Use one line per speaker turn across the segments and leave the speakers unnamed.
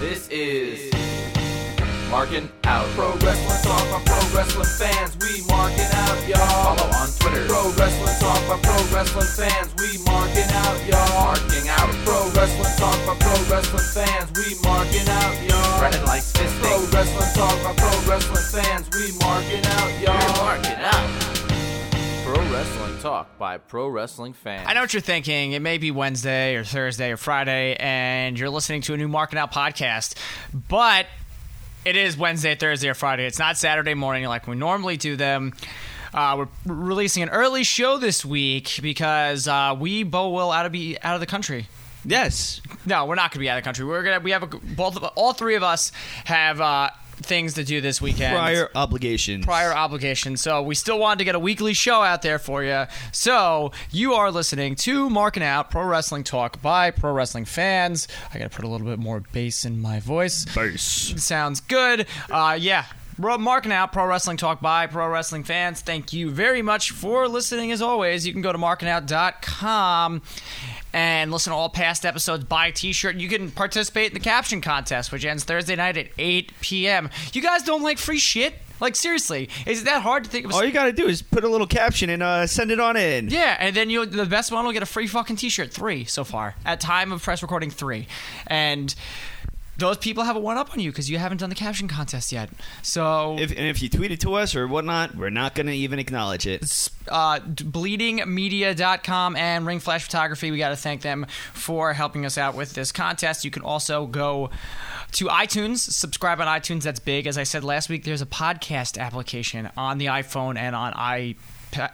This is Marking Out. Pro Wrestling Talk by Pro Wrestling Fans. We marking out, y'all. Follow on Twitter. Pro Wrestling Talk by Pro Wrestling Fans. We marking out, y'all. Marking Out. Pro Wrestling Talk by Pro Wrestling Fans. We marking out, y'all. Brennan likes fisting. Pro Wrestling Talk by Pro Wrestling Fans. We marking out, y'all. We're marking out. Pro Wrestling Talk by Pro Wrestling Fans.
I know what you're thinking. It may be Wednesday or Thursday or Friday, and you're listening to a new Marking Out podcast, but it is Wednesday, Thursday, or Friday. It's not Saturday morning like we normally do them. Uh, we're releasing an early show this week because uh, we both will out of be out of the country.
Yes.
No, we're not going to be out of the country. We're gonna we have a, both of, all three of us have uh, things to do this weekend
Prior obligation.
prior obligation. So we still wanted to get a weekly show out there for you. So you are listening to Marking Out Pro Wrestling Talk by Pro Wrestling Fans. I got to put a little bit more bass in my voice.
Base.
Sounds good. Uh, yeah. Ro- Marking out Pro Wrestling Talk by Pro Wrestling Fans. Thank you very much for listening. As always, you can go to markingout.com and listen to all past episodes, buy a t shirt. You can participate in the caption contest, which ends Thursday night at 8 p.m. You guys don't like free shit? Like, seriously, is it that hard to think of? a-
All you gotta do is put a little caption and uh, send it on in.
yeah, and then you will the best one will get a free fucking t-shirt. Three so far at time of press recording three, and those people have a one up on you because you haven't done the caption contest yet. So
If, and if you tweet it to us or whatnot, we're not gonna even acknowledge it.
uh, d- bleedingmedia.com and Ring Flash Photography. We got to thank them for helping us out with this contest. You can also go to iTunes, subscribe on iTunes. That's big. As I said last week, there's a podcast application on the iPhone and on i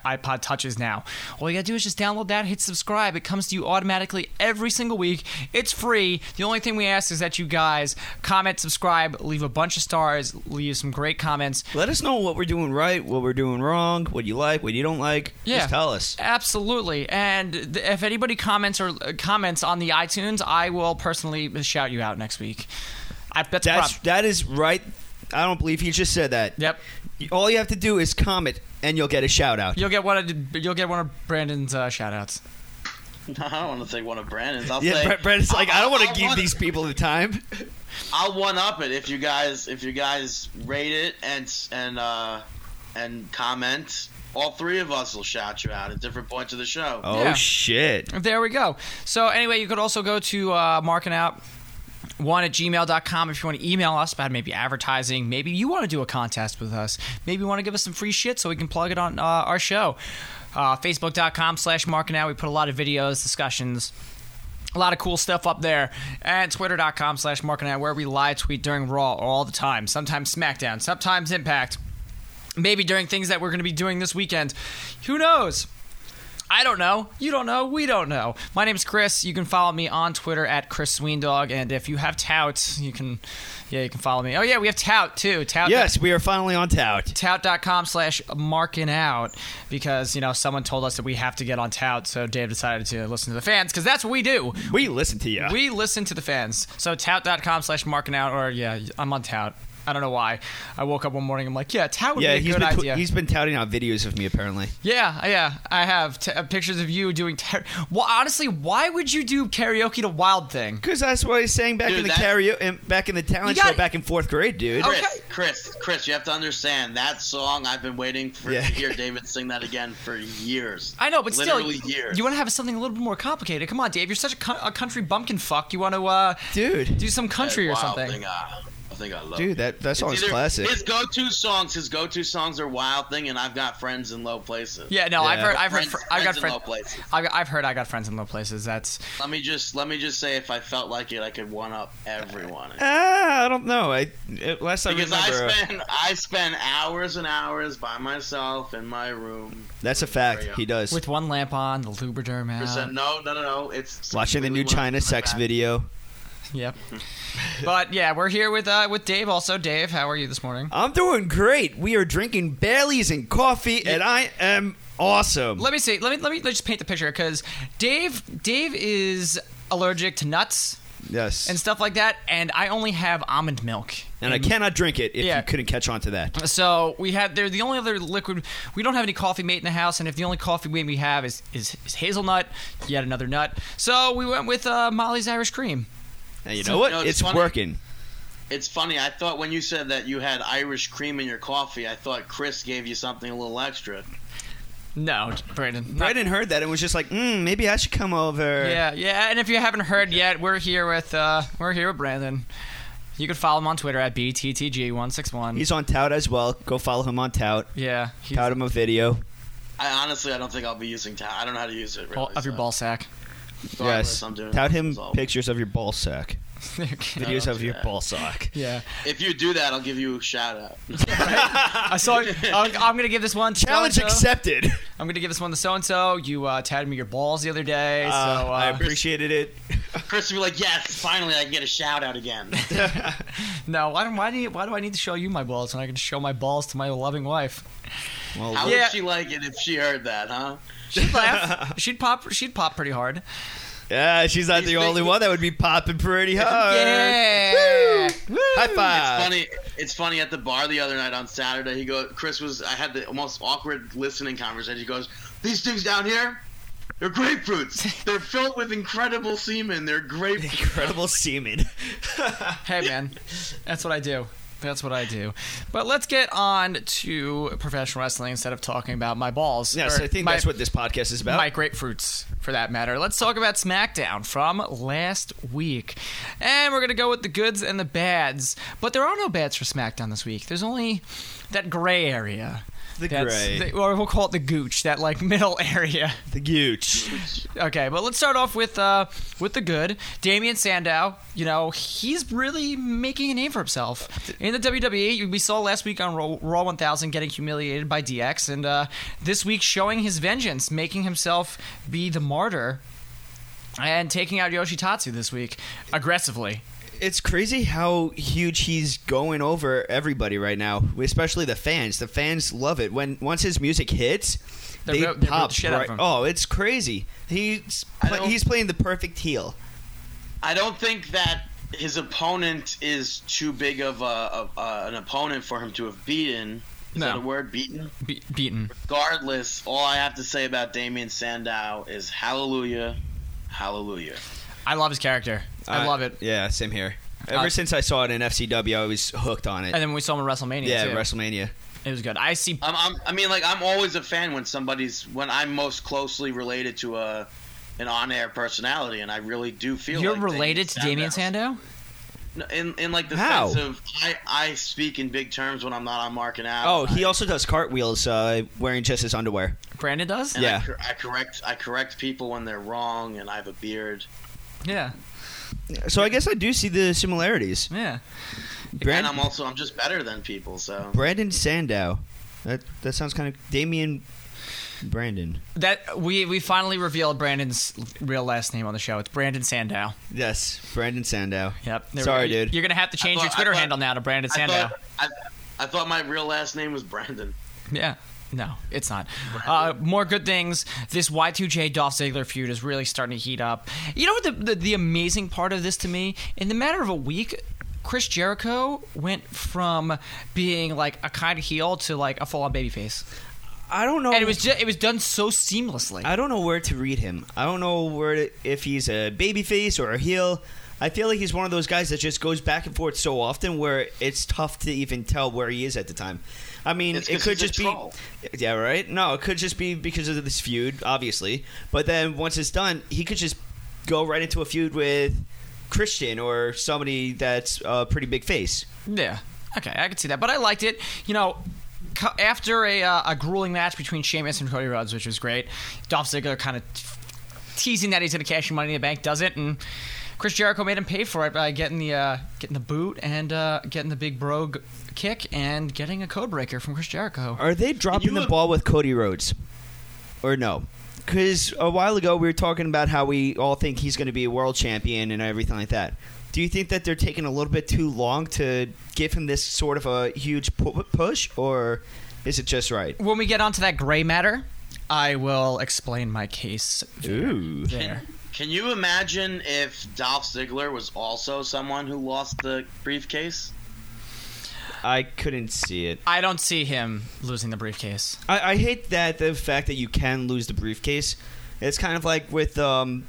iPod touches now. All you gotta do is just download that, hit subscribe. It comes to you automatically every single week. It's free. The only thing we ask is that you guys comment, subscribe, leave a bunch of stars, leave some great comments.
Let us know what we're doing right, what we're doing wrong, what you like, what you don't like.
Yeah.
Just tell us.
Absolutely. And th- if anybody comments or uh, comments on the iTunes, I will personally shout you out next week. I, that's, a
That's
prob-
that is right. I don't believe he just said that.
Yep.
All you have to do is comment, and you'll get a shout out.
You'll get one of you'll get one of Brandon's uh, shout outs.
I don't want to take one of Brandon's. I'll
Yeah,
say,
Brett, Brett's like, I, don't want
I'll
to give
one-
these people the time.
I'll one up it if you guys if you guys rate it and s- and uh and comment. All three of us will shout you out at different points of the show.
Oh
Yeah.
shit!
There we go. So anyway, you could also go to uh, marking out one at gmail.com if you want to email us about maybe advertising maybe you want to do a contest with us maybe you want to give us some free shit so we can plug it on uh, our show uh, facebook.com slash marking out we put a lot of videos discussions a lot of cool stuff up there and twitter.com slash marking out where we live tweet during raw all the time sometimes smackdown sometimes impact maybe during things that we're going to be doing this weekend who knows I don't know. You don't know. We don't know. My name's Chris. You can follow me on Twitter at Chris Sweendog. And if you have Tout, you can, yeah, you can follow me. Oh yeah, we have Tout too. Tout.
Yes, we are finally on tout.
Tout.com slash marking out because, you know, someone told us that we have to get on Tout. So Dave decided to listen to the fans because that's what we do.
We listen to you.
We listen to the fans. So tout.com slash marking out, or yeah, I'm on Tout. I don't know why. I woke up one morning. I'm like, yeah, Tout would
yeah,
be a
he's
good
been, tw-
idea.
he's been touting out videos of me apparently.
Yeah, yeah, I have t- uh, pictures of you doing. Ter- well, honestly, why would you do karaoke to Wild Thing?
Because that's what I was saying back
Dude,
in the
that-
karaoke, in- back in the talent
You got-
show, back in fourth grade, dude.
Oh.
Chris,
okay.
Chris, Chris, you have to understand that song. I've been waiting for
Yeah.
to hear David sing that again for years.
I know, but
literally
still,
years.
you want to have something a little bit more complicated. Come on, Dave, you're such a, co- a country bumpkin fuck. You want to uh,
Dude,
do some country or
Wild
something?
Thing, uh, I think I love.
dude, that that
It's
song's
either-
classic.
His go-to songs, his go-to songs are Wild Thing and I've Got Friends in Low Places.
Yeah, no, I've
Yeah.
heard, I've heard,
Friends-
fr- I've
Friends
got
in
friends.
Low Places.
I've, I've heard I got friends in low places. That's
Let me just let me just say, if I felt like it, I could one up everyone.
Ah, I don't know. I uh, last I
Because I
remember, uh,
spend I spend hours and hours by myself in my room.
that's a fact. He does
with one lamp on, the Lubriderm out.
Percent- no, no, no, no. It's
Uh. watching the new
completely
China
one-
sex video.
Yep. but yeah, we're here with uh, with Dave. Also, Dave, how are you this morning?
I'm doing great. We are drinking Bailey's and coffee, and I am awesome.
Let me see. Let me let me let's just paint the picture because Dave Dave is allergic to nuts
yes,
and
and,
stuff like that, and I only have almond milk.
I cannot drink it. If
Yeah.
you couldn't catch on to that,
So we had they're the only other liquid we don't have any coffee mate in the house, and if the only coffee mate we have is is, is hazelnut, yet another nut. So we went with uh, Molly's Irish cream.
and you know what?
No, it's
it's
funny.
working.
It's funny. I thought when you said that you had Irish cream in your coffee, I thought Chris gave you something a little extra.
No, Brandon. not-
Brandon heard that and was just like, mm, maybe I should come over.
Yeah, yeah. And if you haven't heard yet, we're here with uh, we're here with Brandon. You can follow him on Twitter at bttg161.
He's on Tout as well. Go follow him on Tout.
yeah, he's
Tout him a video.
I honestly, I don't think I'll be using. Ta- I don't know how to use it. Really,
all, of your
so
ball sack.
regardless, I'm doing
Tout
it
him
myself.
pictures of your ball sack. Videos
don't
of
do
your
that.
ball sack.
yeah,
If you do that, I'll give you a shout out.
I saw. I'm, I'm gonna give this one to
Challenge
so-and-so.
accepted.
I'm gonna give this one to so and so. You uh, tagged me your balls the other day, so
Uh, I
uh,
appreciated it.
Chris will be like, "Yes, finally, I can get a shout out again."
no, why, don't- why do you, why do I need to show you my balls when I can show my balls to my loving wife?
Well,
How
Yeah.
would she like it if she heard that, huh?
She'd laugh. she'd pop. She'd pop pretty hard.
yeah, she's not
These
the only
things-
one that would be popping pretty hard.
Yeah.
Woo! High five.
It's funny. It's funny at the bar the other night on Saturday. He goes, Chris was. I had the most awkward listening conversation. He goes, "These things down here, they're grapefruits. They're filled with incredible semen. They're grapefruits."
Incredible semen.
Hey man, that's what I do. That's what I do. But let's get on to professional wrestling instead of talking about my balls.
yes,
or
I think
my-
that's what this podcast is about.
My grapefruits, for that matter. Let's talk about SmackDown from last week. And we're going to go with the goods and the bads. But there are no bads for SmackDown this week. There's only that gray area.
the
That's,
gray,
the- or we'll call it the gooch, that like middle area.
the gooch.
Okay, but let's start off with uh, with the good. Damian Sandow, you know, he's really making a name for himself in the WWE. We saw last week on Raw, Raw 1000 getting humiliated by DX, and uh, this week showing his vengeance, making himself be the martyr, and taking out Yoshitatsu this week aggressively.
It's crazy how huge he's going over everybody right now, especially the fans. The fans love it when once his music hits,
They
they
rip- they rip
pop.
the shit out of
right-
him.
Oh, it's crazy. He's
I
pla-
don't-
he's playing the perfect heel.
I don't think that his opponent is too big of a, of a an opponent for him to have beaten. Is
No.
that a word? Beaten.
Be- beaten.
Regardless, all I have to say about Damian Sandow is hallelujah, hallelujah.
I love his character. I
Uh,
love it.
Yeah, same here. Ever
Uh,
since I saw it in FCW, I was hooked on it.
And then when we saw him at WrestleMania,
yeah,
too,
WrestleMania.
it was good. I see.
I'm, I'm, I mean, like, I'm always a fan when somebody's when I'm most closely related to a an on-air personality, and I really do feel
You're
like
related to Damian
Sandow.
Sandow?
In, in like the
How?
sense of I, I speak in big terms when I'm not on marking out.
Oh,
I-
he also does cartwheels uh, wearing just his underwear.
Brandon does?
and
yeah.
I, cor- I correct I correct people when they're wrong, and I have a beard.
Yeah.
So I guess I do see the similarities.
Yeah.
and I'm
Brand-
also I'm just better than people, so
Brandon Sandow. That that sounds kind of Damien Brandon.
That we we finally revealed Brandon's real last name on the show. It's Brandon Sandow.
Yes, Brandon Sandow.
Yep. There-
Sorry, dude.
You're gonna have to change
I
your
thought-
Twitter
I thought-
handle now to Brandon
I
Sandow.
thought, I, I thought my real last name was Brandon.
yeah. No, it's not. Uh, more good things. This Y2J Dolph Ziggler feud is really starting to heat up. You know what the, the the amazing part of this to me? In the matter of a week, Chris Jericho went from being like a kind of heel to like a full on babyface,
I don't know.
and it was just, it was done so seamlessly.
I don't know where to read him. I don't know where to, if he's a babyface or a heel. I feel like he's one of those guys that just goes back and forth so often where it's tough to even tell where he is at the time. I mean,
It's
it
'cause
could
he's a
just be
troll.
Yeah, right? No, it could just be because of this feud, obviously. But then once it's done, he could just go right into a feud with Christian or somebody that's a pretty big face.
Yeah. Okay, I could see that, but I liked it. You know, co- after a, uh, a grueling match between Sheamus and Cody Rhodes, which was great, Dolph Ziggler kind of teasing that he's going to cash in Money in the Bank, does it, and Chris Jericho made him pay for it by getting the uh, getting the boot and uh, getting the big bro g- kick and getting a code breaker from Chris Jericho.
Are they dropping
You
the
look-
ball with Cody Rhodes? Or no? Because a while ago we were talking about how we all think he's going to be a world champion and everything like that. Do you think that they're taking a little bit too long to give him this sort of a huge pu- push, or is it just right?
When we get onto that gray matter, I will explain my case
Ooh.
there.
Can you imagine if Dolph Ziggler was also someone who lost the briefcase?
I couldn't see it.
I don't see him losing the briefcase.
I, I hate that the fact that you can lose the briefcase. It's kind of like with um,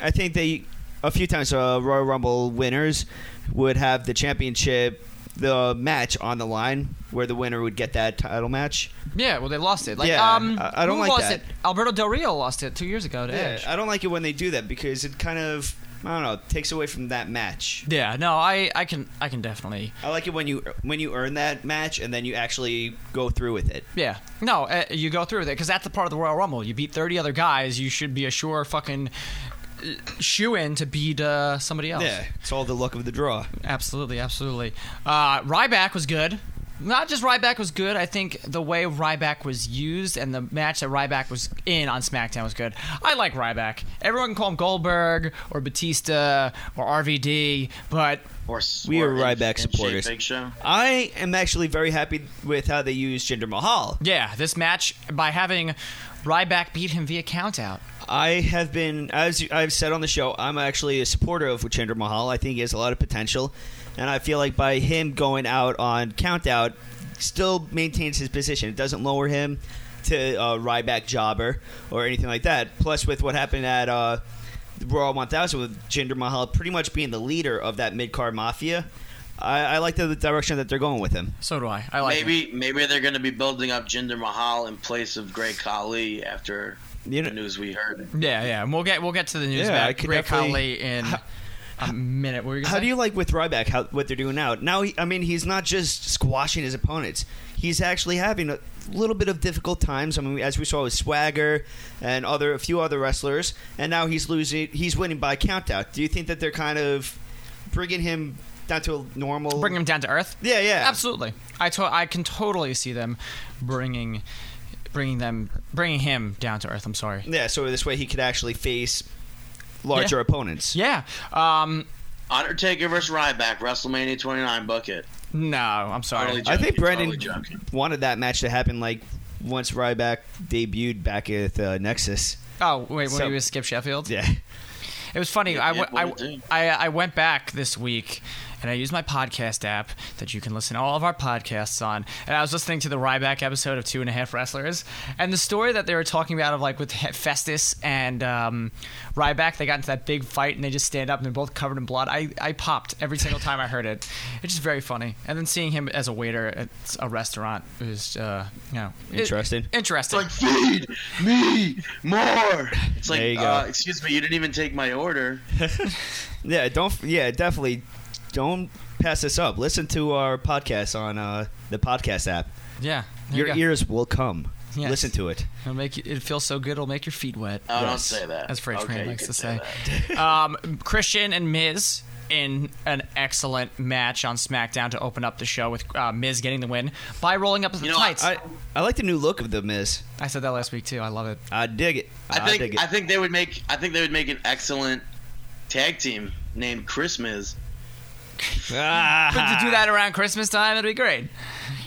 I think they a few times uh, Royal Rumble winners would have the championship, the match on the line where the winner would get that title match.
Yeah, well, they lost it. Like,
Yeah,
um,
I- I don't
who
like
lost
that.
it? Alberto Del Rio lost it two years ago to Edge.
I don't like it when they do that because it kind of I don't know takes away from that match.
yeah, no, I, I can, I can definitely.
I like it when you when you earn that match and then you actually go through with it.
Yeah, no, uh, you go through with it because that's the part of the Royal Rumble. You beat thirty other guys, you should be a sure fucking shoe in to beat uh, somebody else.
it's all the luck of the draw.
Absolutely, absolutely. Uh, Ryback was good. Not just Ryback was good. I think the way Ryback was used and the match that Ryback was in on SmackDown was good. I like Ryback. Everyone can call him Goldberg or Batista or RVD, but
Or
We are
or-
Ryback
and- and Shane
supporters.
Big Show.
I am actually very happy with how they used Jinder Mahal.
yeah, this match by having Ryback beat him via countout.
I have been, as you- I've said on the show, I'm actually a supporter of Jinder Mahal. I think he has a lot of potential, and I feel like by him going out on countout, still maintains his position. It doesn't lower him to uh, Ryback jobber or anything like that. Plus, with what happened at uh, Raw 1000 with Jinder Mahal pretty much being the leader of that mid card mafia, I, I like the, the direction that they're going with him.
So do I. I like it.
Maybe maybe they're going to be building up Jinder Mahal in place of Great Khali after
You know-
the news we heard.
Yeah, yeah. And we'll get we'll get to the news
Yeah,
back.
I could
Great
definitely-
Khali in a minute. What were you gonna
How
say?
do you like with Ryback? How what they're doing now? Now, he, I mean, he's not just squashing his opponents. He's actually having a little bit of difficult times. I mean, as we saw with Swagger and other a few other wrestlers, and now he's losing. He's winning by countout. Do you think that they're kind of bringing him down to a normal?
bring him down to earth?
Yeah, yeah,
Absolutely. I to- I can totally see them bringing bringing them bringing him down to earth. I'm sorry.
Yeah, so this way he could actually face larger
Yeah.
opponents.
Yeah. Um
Undertaker versus Ryback, WrestleMania 29, bucket.
no, I'm sorry.
Totally
I think
joking,
Brendan
totally joking.
wanted that match to happen like once Ryback debuted back at uh, Nexus.
Oh, wait, when
So-
he was Skip Sheffield?
Yeah,
It was funny.
Yeah,
I,
yeah,
went-
what we do.
I, I, I went back this week and I used my podcast app that you can listen to all of our podcasts on. And I was listening to the Ryback episode of Two and a Half Wrestlers. And the story that they were talking about of like with He- Festus and um, Ryback, they got into that big fight and they just stand up and they're both covered in blood. I, I popped every single time I heard it. It's just very funny. And then seeing him as a waiter at a restaurant is, uh, you know, it-
Interesting.
interesting.
Like, feed me more. It's like,
There you go.
uh, excuse me, you didn't even take my order.
Yeah, don't. Yeah, definitely. Don't pass this up. Listen to our podcast on uh, the podcast app.
yeah. there you
Your
go.
ears will come.
Yes.
Listen to it.
It'll make you, it feels so good. It'll make your feet wet.
Oh, don't
Yes.
say that.
As French
Okay,
man
you can
likes to
say
say. um, Christian and Miz in an excellent match on SmackDown to open up the show with uh, Miz getting the win by rolling up to the
You know,
tights. I,
I I like the new look of the Miz.
said that last week too. I love it.
I dig it. I,
I
dig
think
it.
I think they would make I think they would make an excellent tag team named Christmas.
Ah.
But to do that around Christmas time, it'd be great.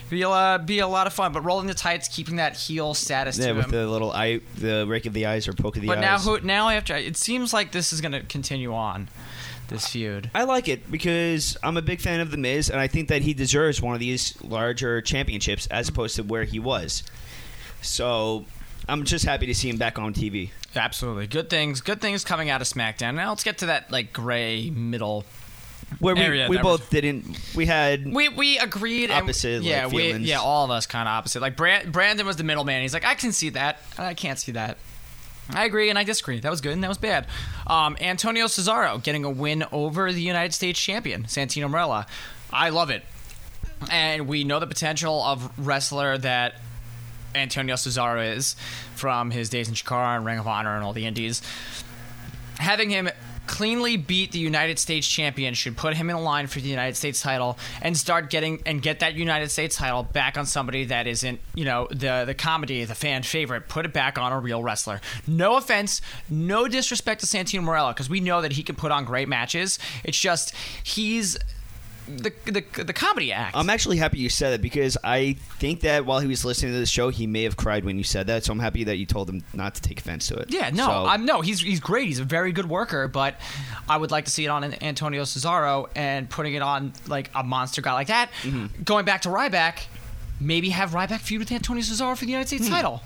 Be a, lot- be a lot of fun. But rolling the tights, keeping that heel status
yeah,
to
with
him.
the little eye, the rake of the eyes or poke of the
but
eyes.
now, who, now after it seems like this is going to continue on this feud.
I like it because I'm a big fan of the Miz, and I think that he deserves one of these larger championships
Mm-hmm.
as opposed to where he was. So I'm just happy to see him back on TV.
Absolutely, good things. Good things coming out of SmackDown. Now let's get to that like gray middle
Where we,
Area
we
that was-
both didn't. We had
We we agreed.
Opposite,
And,
like,
yeah, we
feelings.
yeah, all of us kind of opposite. Like Brand, Brandon was the middleman. He's like, I can see that, and I can't see that. I agree and I disagree. That was good and that was bad. Um, Antonio Cesaro getting a win over the United States champion Santino Marella. I love it, and we know the potential of wrestler that Antonio Cesaro is from his days in Chikara and Ring of Honor and all the Indies having him cleanly beat the United States champion should put him in line for the United States title and start getting and get that United States title back on somebody that isn't, you know, the the comedy, the fan favorite, put it back on a real wrestler. No offense, no disrespect to Santino Morella cuz we know that he can put on great matches. It's just he's the the, the comedy act.
I'm actually happy you said that because I think that while he was listening to the show, he may have cried when you said that. So I'm happy that you told him not to take offense to it.
Yeah, no,
So-
I'm no. He's he's great. He's a very good worker, but I would like to see it on an Antonio Cesaro and putting it on like a monster guy like that.
Mm-hmm. Hmm.
Going back to Ryback, maybe have Ryback feud with Antonio Cesaro for the United States title.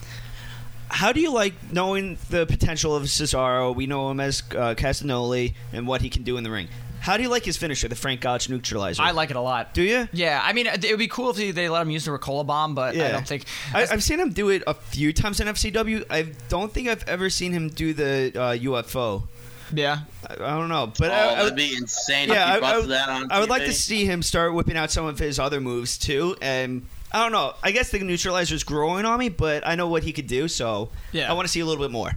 How do you like knowing the potential of Cesaro? We know him as uh, Castagnoli and what he can do in the ring. How do you like his finisher, the Frank Gotch neutralizer?
I like it a lot.
Do you?
Yeah, I mean, it would be cool if they- they let him use the Ricola bomb, but I don't think.
I, I've seen him do it a few times in FCW. I don't think I've ever seen him do the uh, UFO.
yeah,
I, I don't know, but uh,
Oh,
I, I,
that'd be insane
yeah,
if
I,
you
I,
busted that on
I would like
TV.
to see him start whipping out some of his other moves too. And I don't know. I guess the neutralizer's growing on me, but I know what he could do, so
Yeah.
I want to see a little bit more.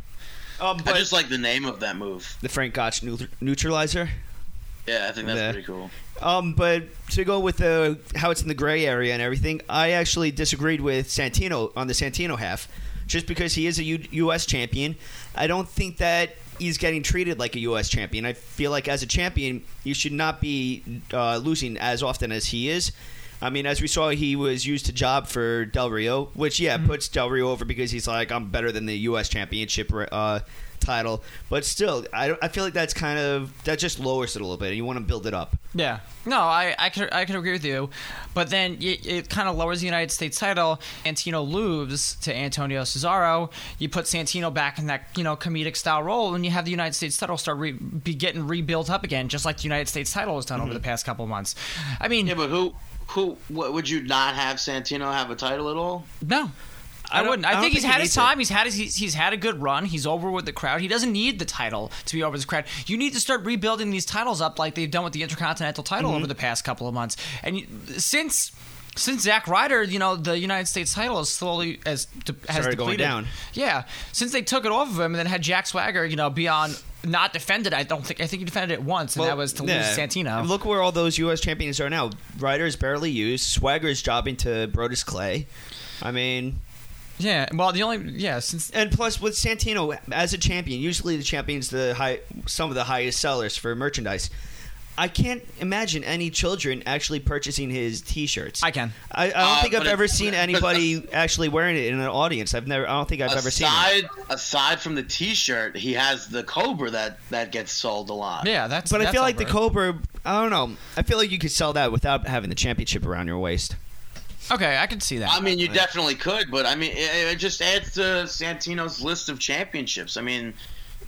Um,
I
but
just like the name of that move.
the Frank Gotch neut- neutralizer.
Yeah, I think that's
Yeah.
pretty cool.
Um, but to go with the how it's in the gray area and everything, I actually disagreed with Santino on the Santino half, just because he is a U- U.S. champion. I don't think that he's getting treated like a U.S. champion. I feel like as a champion, you should not be uh, losing as often as he is. I mean, as we saw, he was used to job for Del Rio, which yeah puts Del Rio over because he's like I'm better than the U.S. championship. Uh, title but still I, don't- I feel like that's kind of that just lowers it a little bit and you want to build it up
yeah. No, I I could I could agree with you, but then it, it kind of lowers the United States title. Santino loses to Antonio Cesaro. You put Santino back in that you know comedic style role, and you have the United States title start re- be getting rebuilt up again, just like the United States title has done over the past couple of months. I mean,
Yeah, but who, who, what would you not have Santino have a title at all?
No. I,
don't-
wouldn't.
I
I,
don't
think he's
think he
had his
needs it.
time. He's had his, he's, he's had a good run. He's over with the crowd. He doesn't need the title to be over the crowd. You need to start rebuilding these titles up like they've done with the Intercontinental title
Mm-hmm.
over the past couple of months. And you, since since Zack Ryder, you know, the United States title is slowly as de- has
Started going
depleted.
down.
Yeah, since they took it off of him and then had Jack Swagger, you know, be on not defended. I don't think I think he defended it once, and
Well,
that was to
yeah.
lose Santino.
And look where all those U.S. champions are now. Ryder's barely used. Swagger's jobbing to Brodus Clay. I mean,
yeah, well, the only yeah since
and plus with Santino as a champion, usually the champions the high, some of the highest sellers for merchandise. I can't imagine any children actually purchasing his T-shirts.
I can.
I, I don't
Uh,
think I've
but it-
ever seen
but-
anybody actually wearing it in an audience. I've never. I don't think I've ever seen. it.
aside, aside from the T-shirt, he has the Cobra that that gets sold a lot.
yeah that's
But I
that's
feel like the
over.
Cobra. I don't know. I feel like you could sell that without having the championship around your waist.
okay I can see that
I mean, you definitely could, but I mean, it, it just adds to Santino's list of championships. I mean,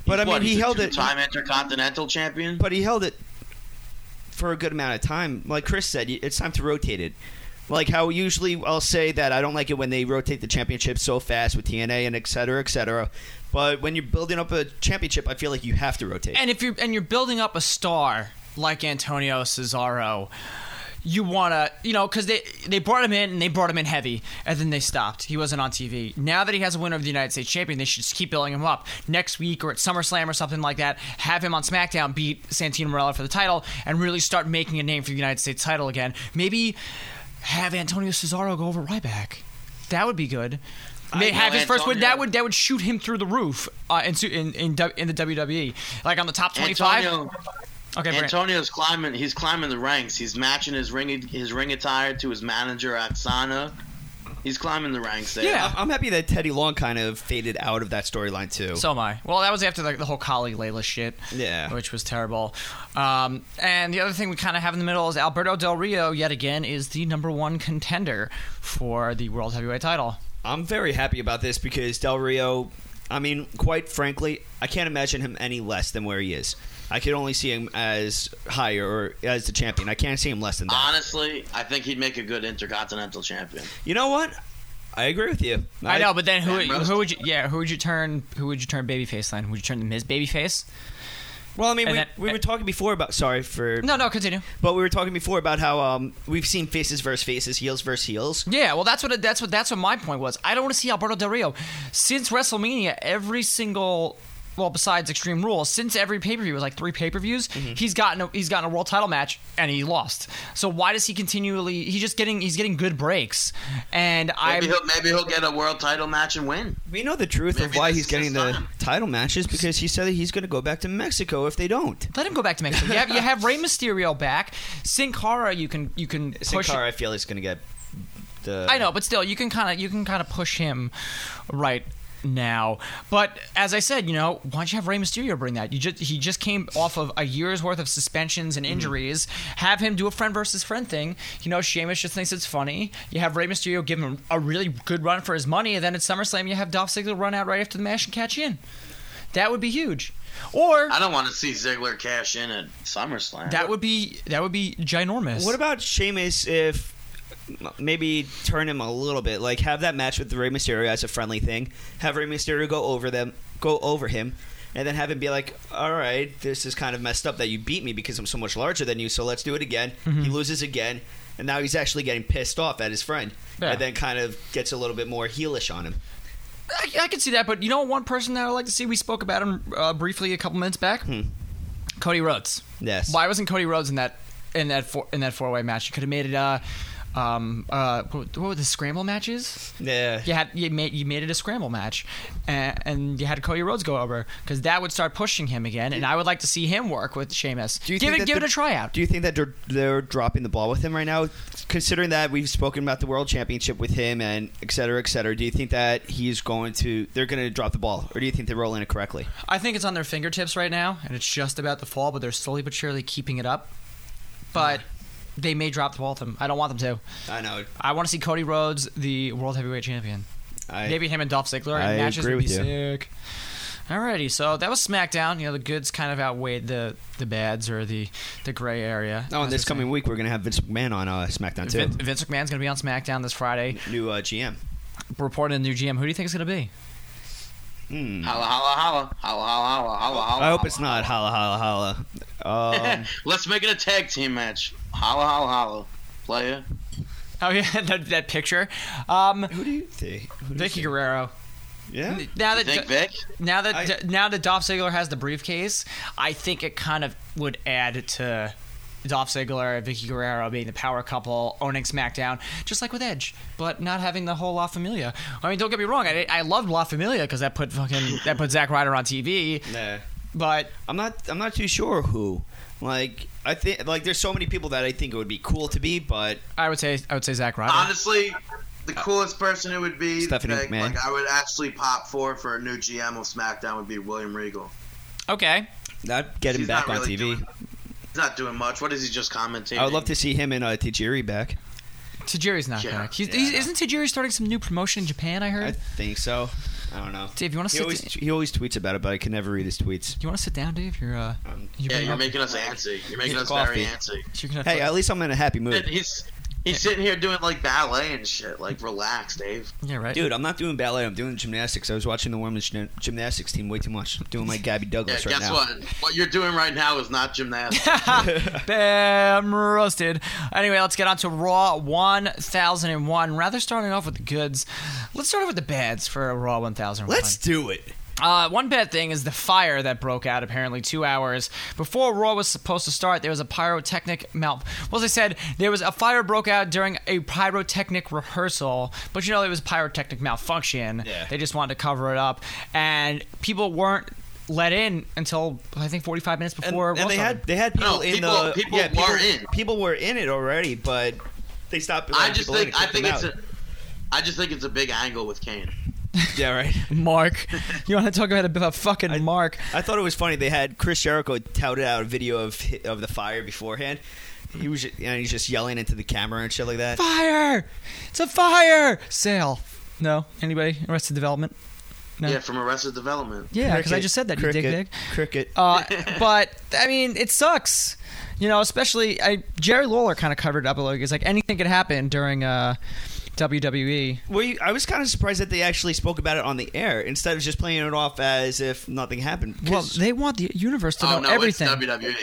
But, I
he's
mean,
what,
he
he's a
held it-
Two-time Intercontinental Champion.
but he held it for a good amount of time. Like Chris said, it's time to rotate it. Like how usually I'll say that I don't like it when they rotate the championship so fast with TNA and et cetera, et cetera. But when you're building up a championship, I feel like you have to rotate.
And if you're and you're building up a star like Antonio Cesaro, you want to, you know, because they they brought him in and they brought him in heavy, and then they stopped. He wasn't on TV. Now that he has a winner of the United States Champion, they should just keep building him up. Next week or at SummerSlam or something like that, have him on SmackDown beat Santino Morella for the title and really start making a name for the United States title again. Maybe have Antonio Cesaro go over Ryback. That would be good. May
know
have his first win. That
Antonio-
would that would shoot him through the roof uh, in, su- in in W- in the WWE, like on the top twenty five.
Antonio,
Okay, Brent.
Antonio's climbing. He's climbing the ranks. He's matching his ring his ring attire to his manager Oksana. He's climbing the ranks there.
Yeah.
I'm I'm happy that Teddy Long kind of faded out of that storyline too.
So am I. Well, that was after the, the whole Kali Layla shit.
Yeah.
Which was terrible. Um, and the other thing we kind of have in the middle is Alberto Del Rio, yet again, is the number one contender for the World Heavyweight title.
I'm very happy about this because Del Rio. I mean, quite frankly, I can't imagine him any less than where he is. I could only see him as higher or as the champion. I can't see him less than that.
Honestly, I think he'd make a good Intercontinental Champion.
You know what? I agree with you.
I, know, but then who
That roast.
who would you yeah who would you turn who would you turn babyface then? Would you turn the Miz babyface?
Well, I mean, we,
And that-
we were talking before about sorry for,
No, no, continue.
but we were talking before about how um we've seen faces versus faces, heels versus heels.
Yeah, well, that's what it, that's what that's what my point was. I don't want to see Alberto Del Rio since WrestleMania. Every single well, besides Extreme Rules, since every pay per view was like three pay per views,
Mm-hmm.
he's gotten a, he's gotten a world title match and he lost. So why does he continually? He's just getting he's getting good breaks, and I
Maybe he'll, maybe he'll get a world title match and win.
We know the truth of
Maybe
why
this
he's
is his
getting the
time.
title matches because he said that he's going to go back to Mexico if they don't.
let him go back to Mexico. You have you have Rey Mysterio back, Sin Cara. You can you can
Sin
push.
Cara, I feel, is going to get the.
I know, but still, you can kind of you can kind of push him right now. But as I said, you know, why don't you have Rey Mysterio bring that? You just he just came off of a year's worth of suspensions and
Mm.
injuries. Have him do a friend versus friend thing. You know, Sheamus just thinks it's funny. You have Rey Mysterio give him a really good run for his money, and then at SummerSlam you have Dolph Ziggler run out right after the match and catch in. That would be huge. Or
I don't want to see Ziggler cash in at SummerSlam.
that would be that would be ginormous.
What about Sheamus if maybe turn him a little bit, like have that match with Rey Mysterio as a friendly thing, have Rey Mysterio go over them, go over him, and then have him be like, "All right, this is kind of messed up that you beat me because I'm so much larger than you, so let's do it again."
Mm-hmm.
He loses again, and now he's actually getting pissed off at his friend,
Yeah.
and then kind of gets a little bit more heelish on him.
I, I can see that, but you know one person that I'd like to see. We spoke about him uh, briefly a couple minutes back.
Hmm.
Cody Rhodes.
Yes.
Why wasn't Cody Rhodes in that in that four, in that four way match? You could have made it. Uh, um, uh, what, what were the scramble matches?
Yeah.
You had you made you made it a scramble match, and, and you had Cody Rhodes go over because that would start pushing him again. And I would like to see him work with Sheamus.
Do you
give it
think that
give it
they're-
a tryout?
Do you think that they're, they're dropping the ball with him right now? Considering that we've spoken about the world championship with him and et cetera, et cetera, do you think that he's going to they're going to drop the ball, or do you think they're rolling it correctly?
I think it's on their fingertips right now, and it's just about to fall, but they're slowly but surely keeping it up. But they may drop the ball with him. I don't want them to.
I know.
I want to see Cody Rhodes, the world heavyweight champion.
I,
Maybe him and Dolph Ziggler.
I
and matches
agree
would be
with you.
sick. Alrighty, so that was SmackDown. You know, the goods kind of outweighed the the bads or the the gray area.
Oh, and
As
this
I say.
coming week we're going to have Vince McMahon on uh, SmackDown too.
Vin- Vince McMahon's gonna be on SmackDown this Friday,
New uh, GM.
reporting a new GM. Who do you think it's gonna be?
Holla, holla, holla, holla, holla, holla, holla, holla.
Hmm. I hope it's not holla holla holla. Um,
Let's make it a tag team match. Holla, holla, holla. Player.
Oh yeah, that, that picture. Um,
who do you think? Who do you
Vicky
think?
Guerrero.
Yeah.
Now
You
that
think Vic?
Now that
I-
now that Dolph Ziggler has the briefcase, I think it kind of would add to Dolph Ziggler and Vicky Guerrero being the power couple owning SmackDown, just like with Edge, but not having the whole La Familia. I mean, don't get me wrong, I, I loved La Familia because that put fucking that put Zack Ryder on TV,
Nah.
but
I'm not. I'm not too sure who. Like I think. Like there's so many people that I think it would be cool to be, but
I would say I would say Zack Ryder.
Honestly, the coolest person it would be,
Stephanie
like,
McMahon.
like I would actually pop for for a new GM of SmackDown would be William Regal.
okay,
not get him
He's
back
not
on
really
TV.
doing- He's not doing much. What is he just commentating?
I would love to see him and uh, Tajiri back.
Tajiri's not
Yeah.
back. He's,
Yeah,
he's-
I know.
isn't Tajiri starting some new promotion in Japan? I heard.
I think so. I don't know.
Mm. Dave, you want to
He
sit?
always
da-
he always tweets about it, but I can never read his tweets.
you want to sit down, Dave? You're uh,
Um,
you're
Yeah,
being
you're
up-
making us antsy. You're making
Get
us
coffee.
very antsy.
you're gonna-
Hey, at least I'm in a happy
And
mood,
he's he's sitting here doing like ballet and shit. Like relax, Dave.
yeah, right.
dude. I'm not doing ballet. I'm doing gymnastics. I was watching the women's gym- gymnastics team way too much. I'm doing my Gabby
Yeah,
Douglas right
guess
now.
what? What you're doing right now is not gymnastics.
Bam, roasted. Anyway, let's get on to Raw 1001. Rather starting off with the goods, let's start off with the bads for Raw 1001.
Let's do it.
Uh, one bad thing is the fire that broke out apparently two hours before Raw was supposed to start. There was a pyrotechnic mount. Well, as I said, there was a fire broke out during a pyrotechnic rehearsal, but you know there was pyrotechnic malfunction.
Yeah.
They just wanted to cover it up, and people weren't let in until I think 45 minutes
And,
before. Raw
and they
started.
had they had people
No,
in
people-
the
people
yeah, people,
were in.
people were in it already, but they stopped.
I
letting
just
people in
think
and
I
kicked
think
them
it's a
out.
I just think it's a big angle with Kane.
yeah right.
Mark. You want to talk about a bit of fucking Mark?
I thought it was funny. They had Chris Jericho touted out a video of hi- of the fire beforehand. He was ju- and he's just yelling into the camera and shit like that.
Fire! It's a fire! Sale. No. Anybody? Arrested Development. No.
Yeah, from Arrested Development.
Yeah, because I just said that. You
Cricket,
dig dig.
Cricket.
Uh, but I mean, it sucks. You know, especially I, Jerry Lawler kind of covered it up a little. It's like anything could happen during uh, E. WWE.
Were you, I was kind of surprised that they actually spoke about it on the air instead of just playing it off as if nothing happened.
Well,
'Cause-
they want the universe to
Oh
know
no,
everything.
it's WWE.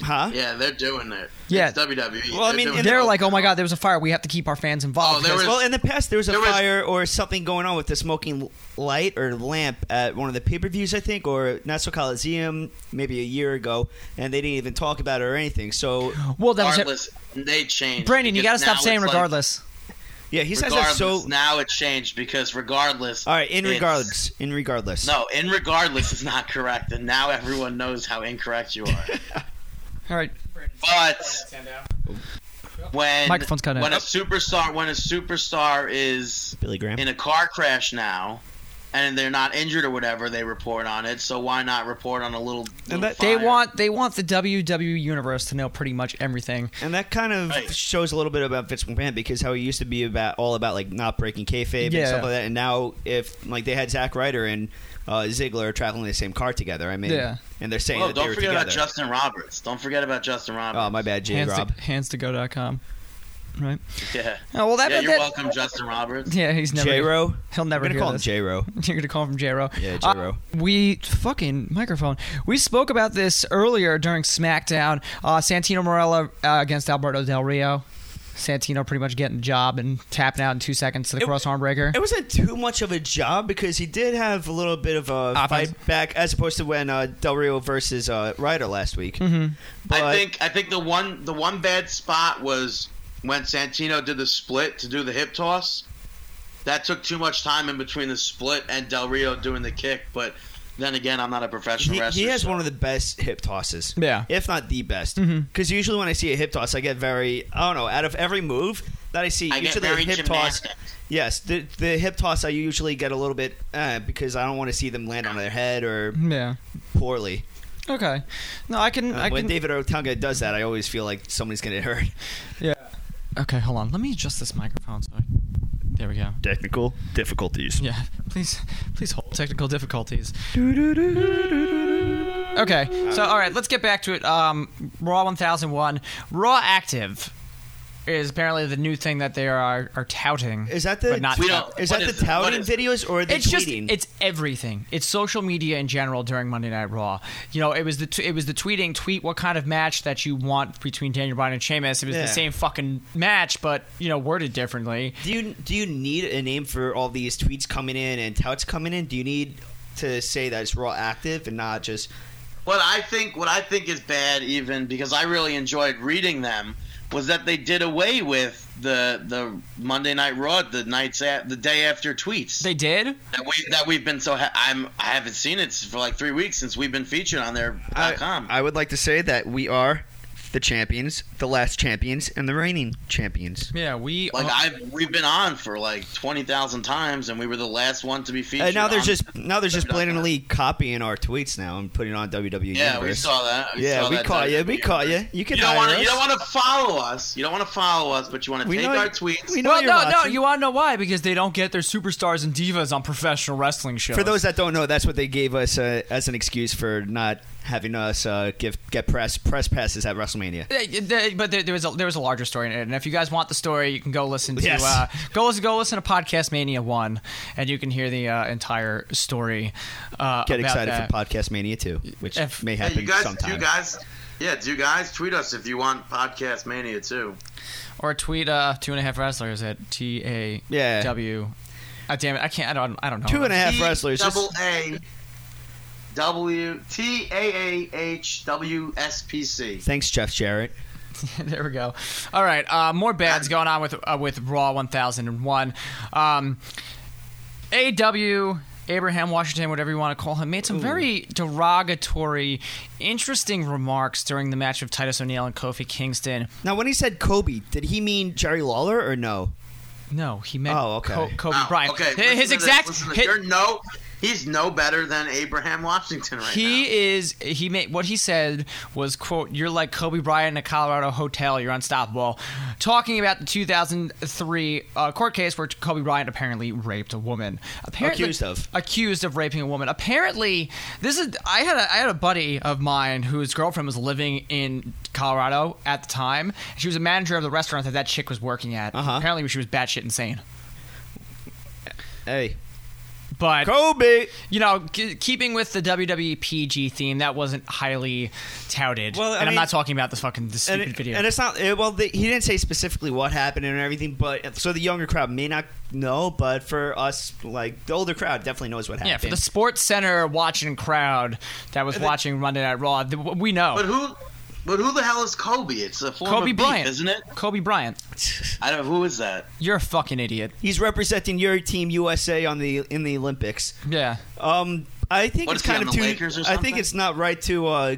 huh?
Yeah, they're doing it.
Yeah.
it's WWE.
Well, I mean,
doing
in
it.
They're like, oh my god, there was a fire. We have to keep our fans involved.
Oh, there
because-
was-
Well, in the past, there was a
There was-
fire or something going on with the smoking l- light or lamp at one of the pay per views, I think, or Nassau Coliseum maybe a year ago, and they didn't even talk about it or anything. So,
well, that was it.
regardless. They changed.
Brandon, you got
because
to stop
now
saying
it's like-
regardless.
yeah, he says that
regardless,
so.
now it changed because regardless.
All right, in
it's-
regardless, in regardless.
No, in regardless is not correct, and now everyone knows how incorrect you are.
All right,
But when
Microphone's cut out.
when a superstar when a superstar is
Billy Graham.
in a car crash now, and they're not injured or whatever, they report on it. So why not report on a little? little
that-
They
fire?
want they want the WWE universe to know pretty much everything.
And that kind of
Right.
shows a little bit about Vince McMahon because how he used to be about all about like not breaking kayfabe and
Yeah.
stuff like that, and now if like they had Zack Ryder and uh, Ziggler traveling the same car together, I mean,
Yeah.
and they're saying
Well,
that
don't
they were
forget
together.
about Justin Roberts. Don't forget about Justin Roberts.
oh, my bad, J.
Hands
Rob.
to, hands to go.com. Right.
Yeah.
Oh, well, that-
yeah, you're
that-
welcome, Justin Roberts.
Yeah, he's never.
J. Ro.
He'll never
I'm gonna
hear
call
this. Uh,
him J. Ro.
You're gonna call from J Ro.
Yeah, J. Ro.
we fucking microphone. We spoke about this earlier during SmackDown. Uh, Santino Morella uh, against Alberto Del Rio. Santino pretty much getting the job and tapping out in two seconds to the
It-
cross arm breaker.
It wasn't too much of a job because he did have a little bit of a
Offense.
fight back as opposed to when uh, Del Rio versus uh, Ryder last week.
Mm-hmm.
But
I think I think the one the one bad spot was when Santino did the split to do the hip toss. That took too much time in between the split and Del Rio doing the kick. But then again, I'm not a professional
he,
wrestler.
he has
so-
one of the best hip tosses.
Yeah.
If not the best. Because
Mm-hmm.
usually when I see a hip toss, I get very, I don't know, out of every move that I see,
I get
usually
very
a hip
gymnastic.
toss. Yes, the, the hip toss, I usually get a little bit uh, because I don't want to see them land on their head or
yeah.
poorly.
Okay. No, I can.
Uh,
I
when
can.
David Otunga does that, I always feel like somebody's going to get hurt.
yeah. Okay, hold on. Let me adjust this microphone. So I, there we go.
Technical difficulties.
Yeah. Please, please hold technical difficulties. Okay. So, all right, let's get back to it. Um, Raw 1001, Raw Active is apparently the new thing that they are are touting.
Is that the
But not
We don't-
is that
what
the
is it? What
touting
is it?
videos or the
it's just
tweeting?
it's everything. It's social media in general during Monday Night Raw. You know, it was the t- it was the tweeting tweet what kind of match that you want between Daniel Bryan and Sheamus. It was
Yeah.
the same fucking match, but you know, worded differently.
Do you do you need a name for all these tweets coming in and touts coming in? Do you need to say that it's raw active and not just
What I think what I think is bad even because I really enjoyed reading them was that they did away with the the Monday Night Raw the nights at, the day after tweets
They did.
that we that we've been so ha- I'm I haven't seen it for like three weeks since we've been featured on their dot com.
would like to say that we are the champions, the last champions, and the reigning champions.
Yeah, we
like I we've been on for like twenty thousand times and we were the last one to be featured.
And Uh, now there's
on-
just now there's just
They're not gonna-
blatantly copying our tweets now and putting it on WWE.
yeah we
Universe.
saw that
yeah,
saw
we
that
caught you. We
WWE.
caught you. You can
You don't
hire
want to.
us.
You don't want to follow us. You don't want to follow us, but you want to
We
take
know-
our tweets.
we know
Well,
you're
no, no.
watching.
You want to know why? Because they don't get their superstars and divas on professional wrestling shows.
For those that don't know, that's what they gave us uh, as an excuse for not having us uh, give get press press passes at WrestleMania.
Yeah, yeah, there- but there, there was a, there was a larger story in it, and if you guys want the story, you can go listen to
Yes.
uh, go listen go listen to Podcast Mania one, and you can hear the uh, entire story. Uh,
Get
about
excited
that.
for Podcast Mania too, which
If-
may
Hey,
happen
you guys,
sometime.
you guys, yeah, do you guys tweet us if you want Podcast Mania too?
or tweet uh, two and a half wrestlers at T A
Yeah.
W. Ah, damn it, I can't. I don't. I don't know.
Two and a half wrestlers. just-
Double A. W T A A H W S P C.
thanks, Jeff Jarrett.
there we go. All right, uh, more bads going on with uh, with Raw 1001. Um, AW Abraham Washington, whatever you want to call him, made some very derogatory, interesting remarks during the match of Titus O'Neil and Kofi Kingston.
Now, when he said Kobe, did he mean Jerry Lawler or no?
No, he meant
Oh, okay.
Co- Kobe
Wow,
Bryant.
Okay,
His-
listen
his
to this,
exact
listen to-
his-
you're no, he's no better than Abraham Washington right
he
now.
is he made what he said was quote you're like kobe bryant in a colorado hotel you're unstoppable talking about the 2003 uh, court case where kobe bryant apparently raped a woman apparently
Accused of.
accused of raping a woman apparently this is i had a i had a buddy of mine whose girlfriend was living in colorado at the time she was a manager of the restaurant that that chick was working at
Uh-huh.
apparently she was batshit insane
Hey,
but
Kobe.
you know, k- keeping with the WWE PG theme, that wasn't highly touted.
Well, I
and I'm
mean-
not talking about the fucking the
And,
stupid
it-
video.
and it's not eh, well. The, he didn't say specifically what happened and everything, but so the younger crowd may not know, but for us, like the older crowd, definitely knows what happened.
yeah, for the Sports Center watching crowd that was watching Monday Night Raw, th- we
But
know
who? But who the hell is Kobe? It's a form
Kobe
of beef,
Bryant,
isn't it?
Kobe Bryant,
I don't. Who is that?
you're a fucking idiot.
He's representing your team USA on the in the Olympics.
Yeah,
Um, I think
What
it's
is he
kind
on
of
the
too.
Lakers or
I think
something?
it's not right to uh,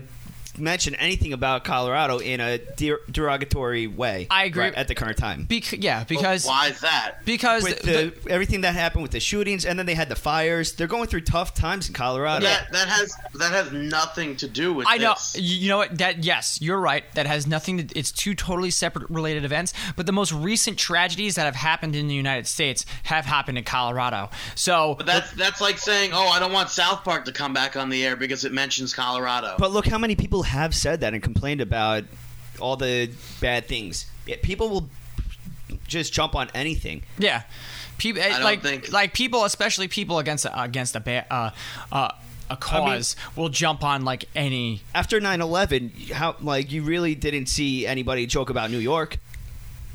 mention anything about Colorado in a der- derogatory way.
I agree.
right at the current time.
Bec- yeah, because
why is that?
because
With
the-
the, everything that happened with the shootings, and then they had the fires. They're going through tough times in Colorado.
That that has that has nothing to do with.
I know.
this.
You you know what? That yes, you're right. That has nothing. To, it's two totally separate related events. But the most recent tragedies that have happened in the United States have happened in Colorado. So
But that's that's like saying, oh, I don't want South Park to come back on the air because it mentions Colorado.
But look how many people have said that and complained about all the bad things. Yeah, people will just jump on anything.
yeah, people
don't
like
think-
like people, especially people against against a ba- uh, uh, a cause, will jump on like any.
After 9/11, how like you really didn't see anybody joke about New York.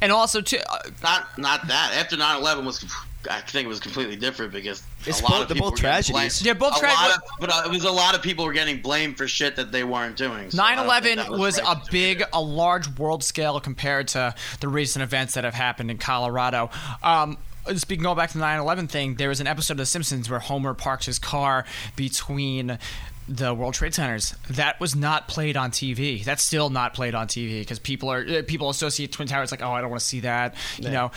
And also, too, uh,
not not that. After 9/11 was, I think it was completely different because
It's
a lot
both-
of
they're
people
both
were getting
tragedies.
blamed-
They're both
a
tragedies.
lot of- But uh, it was a lot of people were getting blamed for shit that they weren't doing. So I don't think
9-11
that
was
right
a
to do
big
it.
a large world scale compared to the recent events that have happened in colorado um Speaking going back to the 9/11 thing, there was an episode of The Simpsons where Homer parks his car between the World Trade Centers. That was not played on TV. That's still not played on TV because people are uh, people associate Twin Towers like, oh, I don't want to see that, you know.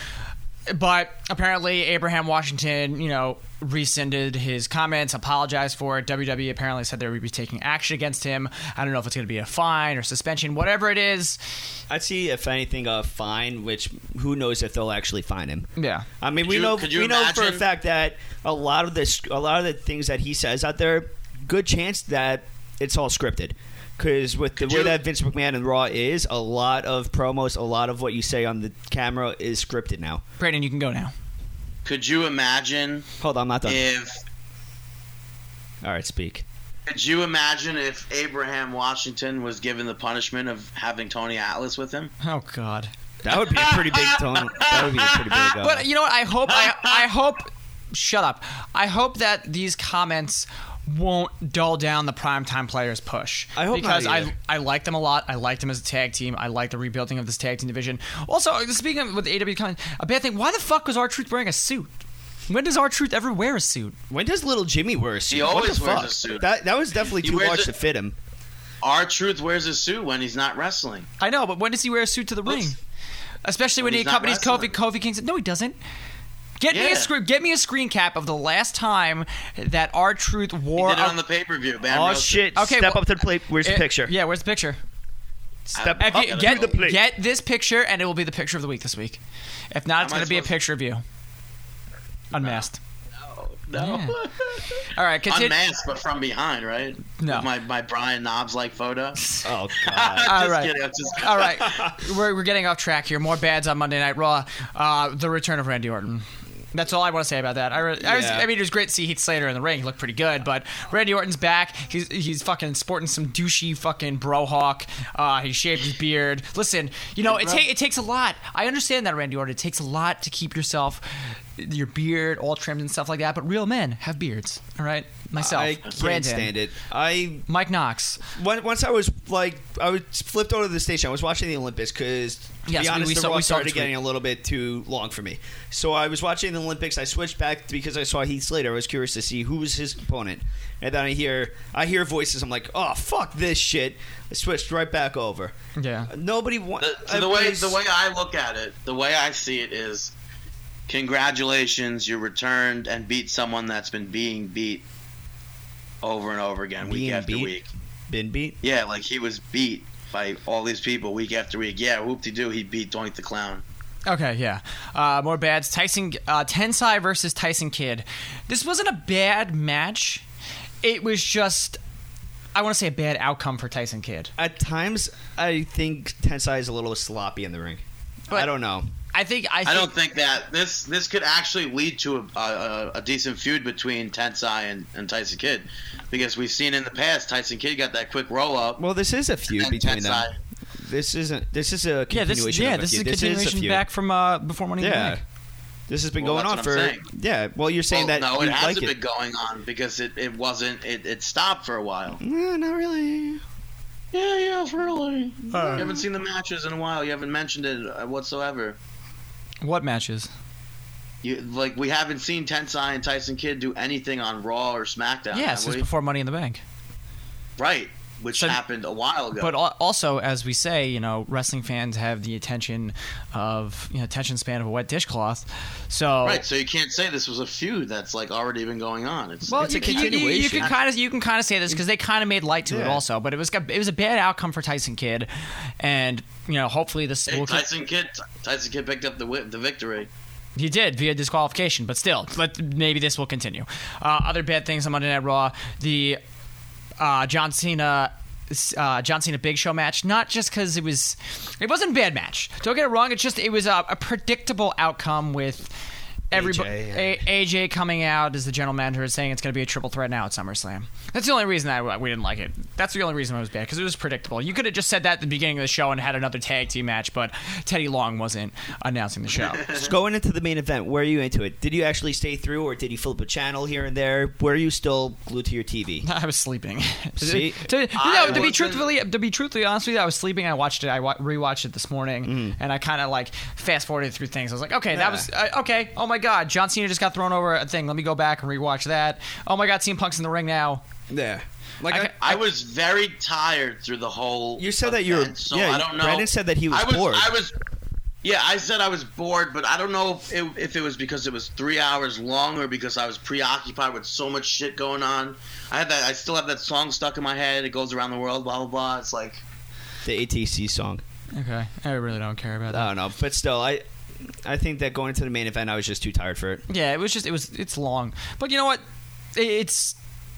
But apparently, Abraham Washington, you know, rescinded his comments, apologized for it. WWE apparently said they would be taking action against him. I don't know if it's going to be a fine or suspension, whatever it is.
I'd see if anything a fine, which who knows if they'll actually fine him.
Yeah.
I mean, we
you-
know
could you
we know for a
imagine-
fact that a lot of this, a lot of the things that he says out there, good chance that it's all scripted. Because with the way
you-
that Vince McMahon and Raw is, a lot of promos, a lot of what you say on the camera is scripted now.
Brandon, you can go now.
Could you imagine
Hold on, I'm not done.
if?
All right, speak.
Could you imagine if Abraham Washington was given the punishment of having Tony Atlas with him?
Oh God.
That would be a pretty big tone. That would be a pretty big. Uh,
But you know what? I hope I I hope shut up. I hope that these comments won't dull down the primetime players push.
I hope not
because
either.
I I like them a lot. I like them as a tag team. I like the rebuilding of this tag team division. Also, speaking of with AW comment, a bad thing. Why the fuck was our truth wearing a suit? When does our truth ever wear a suit?
when does little Jimmy wear a suit?
always
what the
wears
fuck?
a suit.
That that was definitely
He
too
wears
large
it-
to fit him.
Our truth wears a suit when he's not wrestling.
I know, but when does he wear a suit to the ring? Especially when
When Oh,
he
he's not
accompanies Kofi.
wrestling.
Kofi Kingston. No, he doesn't. Get me
Yeah.
a screen. Get me a screen cap of the last time that our truth
He
wore.
did it
a-
on the pay per view.
Oh shit!
Okay,
step
well-
up to the plate. Where's the
Eh,
picture?
Yeah, where's the picture?
Step
If
up
you-
gotta
get
go.
to the plate.
get this picture, and it will be the picture of the week this week. If not, it's
Am I
going to be a
supposed-
picture of you, unmasked.
Oh, No.
Yeah. All right, continue.
Unmasked, but from behind, right?
No.
With my my Brian Knobs like photo.
Oh god.
All
just
right.
kidding, I'm just kidding.
All right, we're, we're getting off track here. More bads on Monday Night Raw. Uh, the return of Randy Orton. That's all I want to say about that. I, re- I, was,
Yeah.
I mean, it was great to see Heath Slater in the ring. He looked pretty good, but Randy Orton's back. He's he's fucking sporting some douchey fucking bro hawk. Uh, he shaved his beard. Listen, you know, it, ta- it takes a lot. I understand that, Randy Orton. It takes a lot to keep yourself, your beard all trimmed and stuff like that, but real men have beards, all right? Myself,
I can't
Brandon,
stand it. I
Mike Knox.
When- once I was like, I was flipped over to the station. I was watching the Olympics because, to
Yes,
be
we-
honest,
we
the
saw-
Raw
we saw the
started
tweet.
getting a little bit too long for me. So I was watching the Olympics. I switched back because I saw Heath Slater. I was curious to see who was his opponent, and then I hear I hear voices. I'm like, oh fuck this shit. I switched right back over.
Yeah.
Nobody wants
The, so the way the way I look at it, the way I see it is, congratulations, you returned and beat someone that's been being beat over and over again, week
Being
after
beat?
week.
been beat.
Yeah, like he was beat by all these people week after week. Yeah, whoop de doo, he beat Doink the Clown.
Okay, yeah. Uh, more bads. Tyson uh, Tensai versus Tyson Kidd. This wasn't a bad match. It was just, I want to say, a bad outcome for Tyson Kidd.
At times, I think Tensai is a little sloppy in the ring.
But-
I don't know.
I think. I, think,
I don't think that this this could actually lead to a, a, a decent feud between Tensai and, and Tyson Kidd, because we've seen in the past Tyson Kidd got that quick roll up.
Well, this is a feud
And
between them.
Tensai-
This isn't. This is a
Yeah,
continuation.
this. Yeah,
of a
this is a
feud.
continuation
feud.
back from uh, before Money in the
Yeah.
Bank.
This has been
Well,
going on
that's
for
what I'm
yeah. Well, you're saying
Well,
that
Oh, no,
you
it
like
hasn't
it.
been going on because it, it wasn't it, it stopped for a while.
Yeah, not really.
Yeah, yeah, really.
Uh,
you haven't seen the matches in a while. You haven't mentioned it uh, whatsoever.
What matches?
You like we haven't seen Tensai and Tyson Kidd do anything on Raw or SmackDown.
yes,
have
it was
we?
before Money in the Bank.
right. which
So-
happened a while ago.
But al- also, as we say, you know, wrestling fans have the attention of you know attention span of a wet dishcloth. So
right, so you can't say this was a feud that's like already been going on. It's
Well,
it's
you,
a
can- you- you- You,
continuation.
can kind of you can kind of say this because they kind of made light to it
Yeah.
also, but it was it was a bad outcome for Tyson Kidd, and you know hopefully this
Hey,
will
Tyson Kidd, Tyson Kidd picked up the wi- the victory.
he did via disqualification, but still, but maybe this will continue. Uh, other bad things on Monday Night Raw: the uh, John Cena. Uh, John Cena Big Show match, not just because it was, it wasn't a bad match. Don't get it wrong. It's just it was a, a predictable outcome with everybody.
AJ.
A- AJ coming out as the general manager is saying it's going to be a triple threat now at SummerSlam. That's the only reason that we didn't like it. That's the only reason it was bad because it was predictable. You could have just said that at the beginning of the show and had another tag team match, but Teddy Long wasn't announcing the show.
Just going into the main event, were you into it? Did you actually stay through, or did you flip a channel here and there? Were you still glued to your TV?
I was sleeping.
See?
to, to-
I
no, to be
wasn't-
truthfully, to be truthfully honest with you, I was sleeping. I watched it. I wa- rewatched it this morning, and I kind of like fast forwarded through things. I was like, okay, that
Yeah.
was uh, okay. Oh my god, John Cena just got thrown over a thing. Let me go back and rewatch that. Oh my god, CM Punk's in the ring now.
Yeah.
I
Like
ca-
I was very tired through the whole.
You said that you were-
event, So
yeah,
I don't know.
Brandon said that he was
I was,
bored.
I was. Yeah, I said I was bored, but I don't know if it, if it was because it was three hours long or because I was preoccupied with so much shit going on. I had that. I still have that song stuck in my head. It goes around the world. Blah blah blah. It's like
the ATC song.
Okay, I really don't care about
I
that.
don't know, but still, I I think that going into the main event, I was just too tired for it.
Yeah, it was just it was it's long, but you know what? It, it's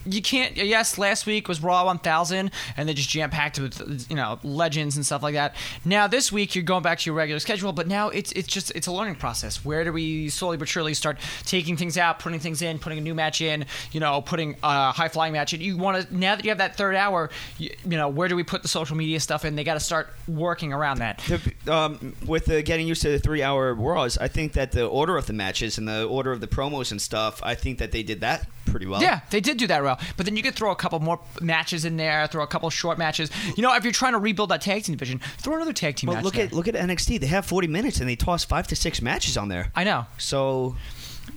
you can't. Yes, last week was Raw 1000, and they just jam packed with you know legends and stuff like that. Now this week you're going back to your regular schedule, but now it's it's just it's a learning process. Where do we slowly but surely start taking things out, putting things in, putting a new match in, you know, putting a high flying match in? You want to now that you have that third hour, you, you know, where do we put the social media stuff in? They got to start working around that.
The- um, with the getting used to the three-hour Raws, I think that the order of the matches and the order of the promos and stuff, I think that they did that pretty well.
Yeah, they did do that well. But then you could throw a couple more matches in there, throw a couple short matches. You know, if you're trying to rebuild that tag team division, throw another tag team
But
match.
look
there.
at look at NXT. They have 40 minutes and they toss five to six matches on there.
I know.
So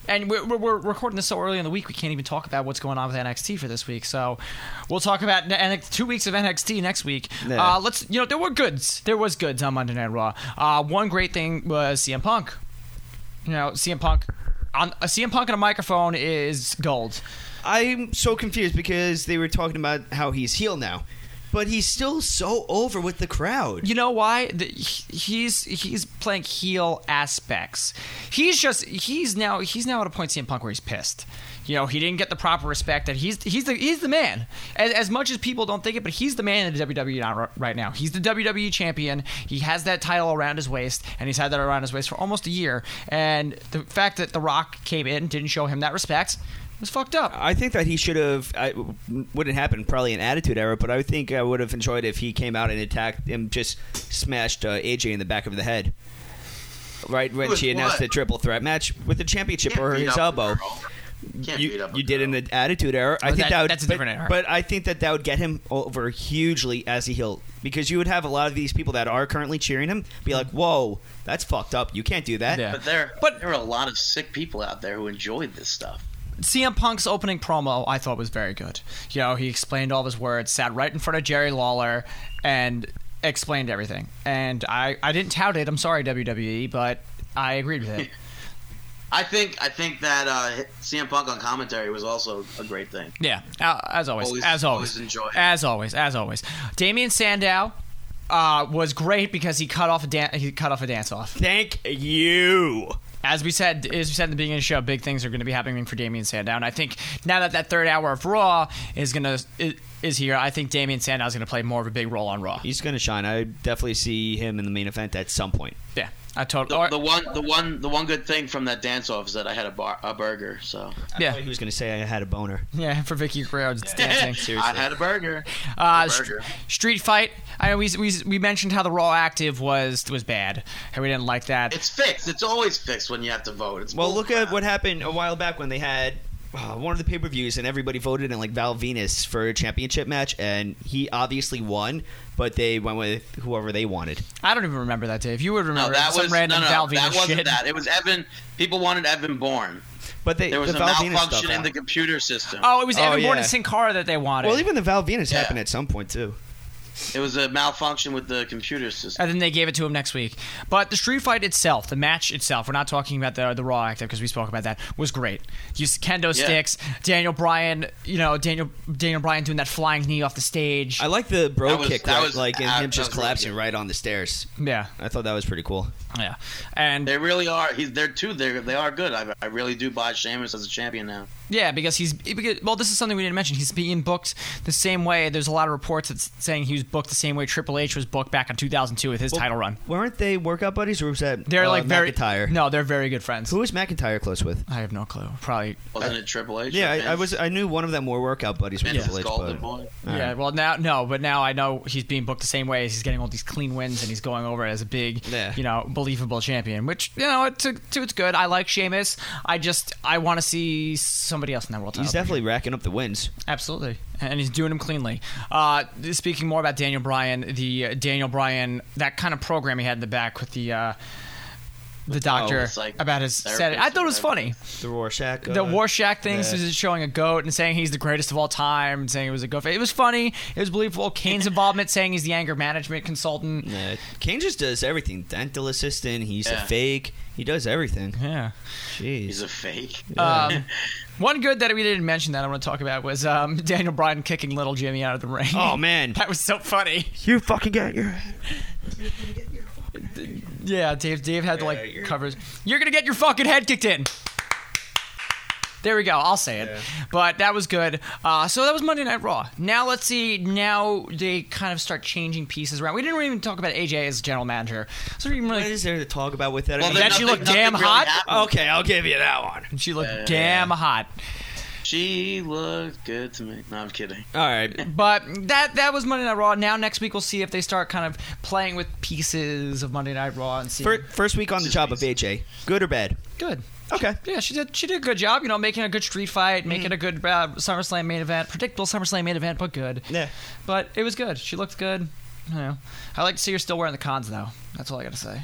And we're, we're, we're recording this so early in the week, we can't even talk about what's going on with NXT for this week. So we'll talk about n- NX two weeks of NXT next week.
Yeah.
Uh, let's, you know, there were goods. There was goods on Monday Night Raw. Uh, one great thing was CM Punk. You know, CM Punk. On, a CM Punk on a microphone is gold.
I'm so confused because they were talking about how he's heel now, but he's still so over with the crowd.
You know why? The, he- he's he's playing heel aspects. He's just he's now he's now at a point CM Punk where he's pissed. You know, he didn't get the proper respect that he's he's the he's the man. As, as much as people don't think it, but he's the man in the WWE now, ri- right now. He's the WWE champion. He has that title around his waist, and he's had that around his waist for almost a year. And the fact that The Rock came in didn't show him that respect was fucked up.
I think that he should have. I wouldn't happen. Probably an attitude error, but I think I would have enjoyed if he came out and attacked and just smashed uh, AJ in the back of the head. Right when
With
she announced
what?
the triple threat match with the championship
can't
or
beat
his
up a
elbow.
girl. Can't beat
You,
up a
you did
girl.
an attitude error. I
But
think
Oh, that-
that, would,
that's a
but-
different error.
But I think that that would get him over hugely as a heel because you would have a lot of these people that are currently cheering him be like, "Whoa, that's fucked up. You can't do that."
Mm-hmm. Yeah.
But there,
But-
but there are a lot of sick people out there who enjoyed this stuff.
CM Punk's opening promo I thought was very good. You know, he explained all of his words, sat right in front of Jerry Lawler, and explained everything. And I, I didn't tout it. I'm sorry, WWE, but I agreed with it.
I think I think that uh, CM Punk on commentary was also a great thing.
yeah, uh, as always,
Always-
as always,
always enjoy.
as always, as always. Damian Sandow uh, was great because he cut off a dan- he cut off a dance off.
Thank you.
As we said, as we said in the beginning of the show, big things are going to be happening for Damian Sandow. And I think now that that third hour of Raw is going to is here, I think Damian Sandow is going to play more of a big role on Raw.
He's gonna shine. I definitely see him in the main event at some point.
Yeah, I totally.
The,
or-
the one, the one, the one good thing from that dance off is that I had a bar, a burger. So
yeah,
He was gonna say I had a boner.
yeah. For Vicky Guerrero, it's dancing.
I had a burger.
Uh,
A
s-
burger.
street fight. I know we, we we mentioned how the Raw active was was bad, and we didn't like that.
It's fixed. It's always fixed when you have to vote. It's
Well,
bull
look
crap.
at what happened a while back when they had uh, one of the pay per views and everybody voted in like Val Venus for a championship match, and he obviously won, but they went with whoever they wanted.
I don't even remember that day. If you would
No,
remember, it was
that
some
was
random
no, no,
Val
that
Venus
wasn't
shit.
that. It was Evan. People wanted Evan Bourne.
But they
There was
the
a
Valvinus
malfunction
stuff.
in the computer system.
Oh, it was
Oh,
Evan
yeah.
Bourne and Sin Cara that they wanted.
well, even the Valvinus
Yeah.
happened at some point too.
It was a malfunction with the computer system.
and then they gave it to him next week. But the street fight itself, the match itself, we're not talking about the the Raw active because we spoke about that, was great. Use kendo
Yeah.
sticks, Daniel Bryan, you know Daniel Daniel Bryan doing that flying knee off the stage.
I like the bro
That was-
kick,
that
right,
was
like and
ab-
him
that
just
was really
collapsing
good.
right on the stairs.
yeah,
I thought that was pretty cool.
yeah, and
They really are. He's there too. They they are good. I, I really do buy Sheamus as a champion now.
yeah, because he's because, well, this is something we didn't mention. He's being booked the same way. There's a lot of reports that's saying he was booked the same way Triple H was booked back in 2002 with his title run.
Weren't they workout buddies, or was that
They're
uh,
like very
McIntyre?
No, they're very good friends.
Who was McIntyre close with?
I have no clue. Probably
Wasn't it Triple H?
Yeah,
Vince?
I, I was. I knew one of them were workout buddies with
Vince's
Triple H.
golden
but-
boy.
All
yeah,
right.
well now no, but now I know he's being booked the same way. as He's getting all these clean wins and he's going over as a big,
Yeah.
you know, believable champion. Which you know, to, to it's good. I like Sheamus. I just I want to see somebody else in that world title.
He's definitely racking up the wins.
absolutely, and he's doing him cleanly. Uh, speaking more about Daniel Bryan, the uh, Daniel Bryan that kind of program he had in the back with the. Uh, the doctor
oh, it's like
about his
therapist
set. I thought it was
or
funny.
The Rorschach. uh,
The Warshak thing
yeah.
is just showing a goat and saying he's the greatest of all time and saying it was a goat. It was funny. It was believable. Kane's involvement saying he's the anger management consultant. Yeah.
Yeah, Kane just does everything. Dental assistant. He's
Yeah.
a fake. He does everything. Jeez.
He's a fake.
Um, one good that we didn't mention that I want to talk about was um, Daniel Bryan kicking little Jimmy out of the ring.
oh man,
That was so funny.
you fucking got your.
Yeah, Dave. Dave had to like
Yeah, you're-
covers. You're gonna get your fucking head kicked in. There we go. I'll say it. But that was good. Uh, so that was Monday Night Raw. Now let's see. Now they kind of start changing pieces around. We didn't even talk about AJ as general manager. So we didn't
What
really.
is there to talk about with that? I
Well,
mean,
then
there's
she
nothing-
looked
nothing
damn
really
hot?
happened.
okay, I'll give you that one.
She looked
Yeah.
damn hot.
She looked good to me. No, I'm kidding.
All right.
But that that was Monday Night Raw. Now next week we'll see if they start kind of playing with pieces of Monday Night Raw and see.
Fir- First week on the job of AJ. Good or bad?
good.
Okay.
Yeah, she did. She did a good job. You know, making a good street fight, making a good uh, SummerSlam main event, predictable SummerSlam main event, but good.
Yeah.
But it was good. She looked good. You know, I like to see her still wearing the cons though. That's all I gotta say.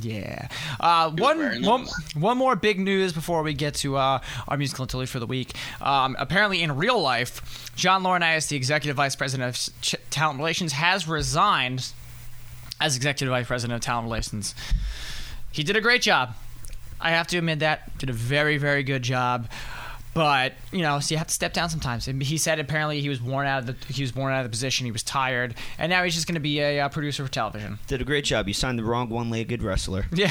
Yeah. Uh, one,
wearing
one,
those.
one more big news before we get to uh, our musical utility for the week. Um, apparently, in real life, John Laurinaitis, the executive vice president of S- Ch- talent relations, has resigned as executive vice president of talent relations. He did a great job. I have to admit that did a very very good job. But you know, so you have to step down sometimes. And he said apparently he was worn out of the he was worn out of the position. He was tired, and now he's just going to be a uh, producer for television.
Did a great job. You signed the wrong one-legged wrestler.
Yeah,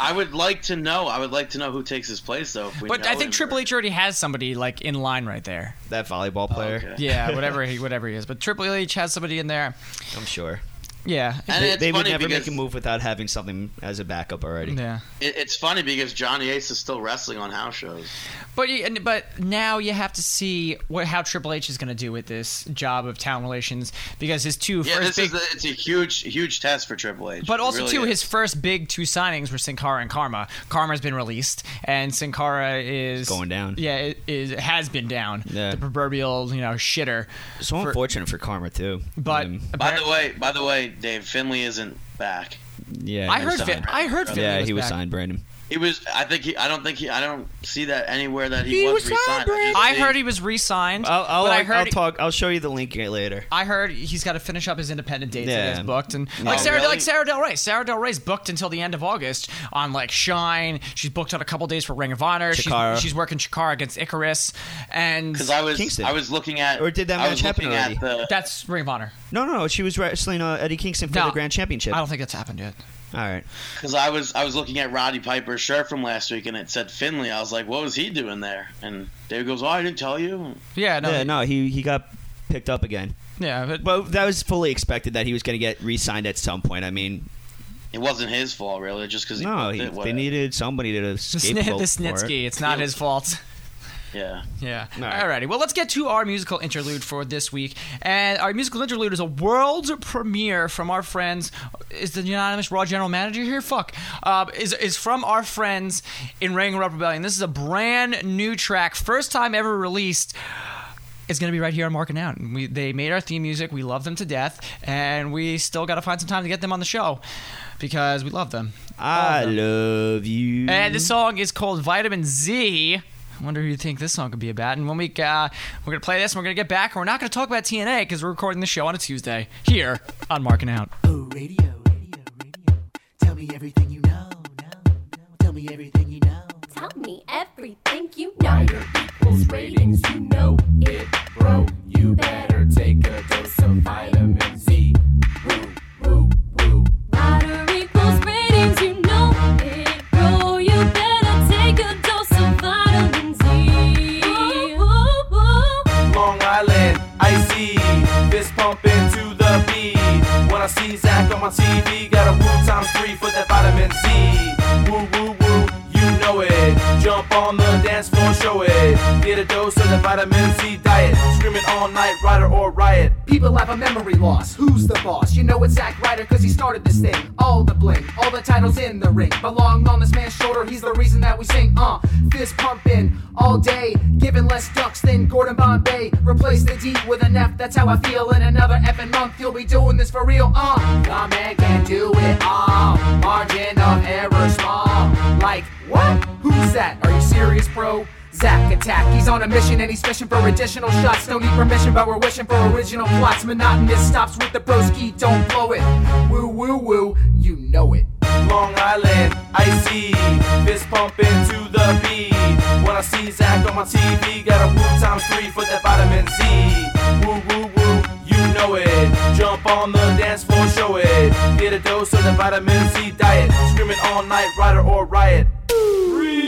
I would like to know. I would like to know who takes his place, though. If we
but
know
I think
him.
Triple E H already has somebody like in line right there.
That volleyball player.
okay.
Yeah, whatever he whatever he is. But Triple H has somebody in there.
I'm sure.
Yeah,
And
They,
it's
they would
funny
never
because
make a move without having something as a backup already.
yeah.
it- it's funny because Johnny Ace is still wrestling on house shows.
But you, and- but now you have to see what how Triple H is going to do with this job of town relations because his two
Yeah, this
first big
is a, it's a huge, huge test for Triple H.
But
It
also,
really
too,
is.
his first big two signings were Sin Cara and Karma. Karma's been released, and Sin Cara is
Going down.
Yeah, it is has been down.
Yeah.
The proverbial, you know, shitter.
So
For-
unfortunate for Karma too.
But
Um,
By the way, by the way, Dave Finley isn't back.
yeah,
I
he
heard
was
Fin-
signed.
I heard Finley
Yeah,
was
he was
back.
signed, Brandon.
He was. I think. He, I don't think he. I don't see that anywhere that he,
He
was
was
resigned.
celebrating.
just
I
see-
heard he was re-signed.
I'll, I'll,
but I
I'll,
heard.
talk. I'll show you the link later.
I heard he's got to finish up his independent dates
Yeah.
that he's booked, and
Yeah.
like
Oh,
Sarah,
really?
like Sarah Del Rey. Sarah Del Rey's booked until the end of August on like Shine. She's booked on a couple days for Ring of Honor.
Chikara.
She's, she's working Chikara against Icarus, and
Because I was
Kingston.
I was looking at
Or did that
I was
match happen
looking at the-
that's Ring of Honor.
No, no, no. She was wrestling uh, Eddie Kingston for
No.
the Grand Championship.
I
All
don't think that's happened yet.
right.
Because I was I was looking at Roddy Piper's shirt from last week and it said Finley. I was like, what was he doing there? And David goes, oh, I didn't tell you.
Yeah, no,
yeah, no. He he got picked up again.
yeah, but
But that was fully expected that he was going to get re-signed at some point. I mean,
It wasn't his fault really, just because
no,
he,
he,
booked it,
they
whatever.
needed somebody to
The, Sni- the
scapegoat for it.
Snitsky. It's not his fault.
yeah.
Yeah.
right.
Alrighty. Well, let's get to our musical interlude for this week. And our musical interlude is a world premiere from our friends. Is the Unanimous Raw General Manager here? Fuck. Uh, is, is from our friends in Ring Up Rebellion. This is a brand new track, first time ever released. It's going to be right here on Marking Out. And We, they made our theme music. We love them to death. And we still got to find some time to get them on the show. because we love them.
I love you.
Oh, And this song is called Vitamin Z. I wonder who you think this song could be about. And when we uh, we're gonna play this, and we're gonna get back, and we're not gonna talk about TNA because we're recording the show on a Tuesday here on Marking Out.
Oh, radio, radio, radio. Tell me everything you know, know, know. Tell me everything you know.
Tell me everything you know. Minor equals ratings, you know it, bro. You better take a dose of vitamin Z. Woo, woo, woo. Minor equals ratings, you know it, bro. You better take a dose of vitamin Z. Woo, woo, woo.
Long Island, icy, fist pumping to the beat. When I see Zach on my TV, got a woo times three for that vitamin Z. Woo woo woo, you know it. Jump on the dance floor, show it. Get a dose of the vitamin Z diet. Screaming all night, rider or riot.
People have a memory loss. Who's the boss? You know it's Zack Ryder because he started this thing. All the bling, all the titles in the ring. Belong on this man's shoulder, he's the reason that we sing. Uh, fist pumping all day, giving less ducks than Gordon Bombay. Replace the D with an F, that's how I feel. In another effing month, he'll be doing this for real. Uh, the man can do it all. Margin of error small. Like, what? Who's that? Are you serious, bro? Zack attack. He's on a mission and he's fishing for additional shots. Don't need permission, but we're wishing for original plots. Monotonous stops with the broski, don't blow it. Woo woo woo, you know it.
Long Island, icy, fist pumping to the beat. When I see Zach on my TV, got a woo times three for that vitamin Z. Woo woo woo, you know it. Jump on the dance floor, show it. Get a dose of the vitamin Z diet. Screaming all night, rider or riot.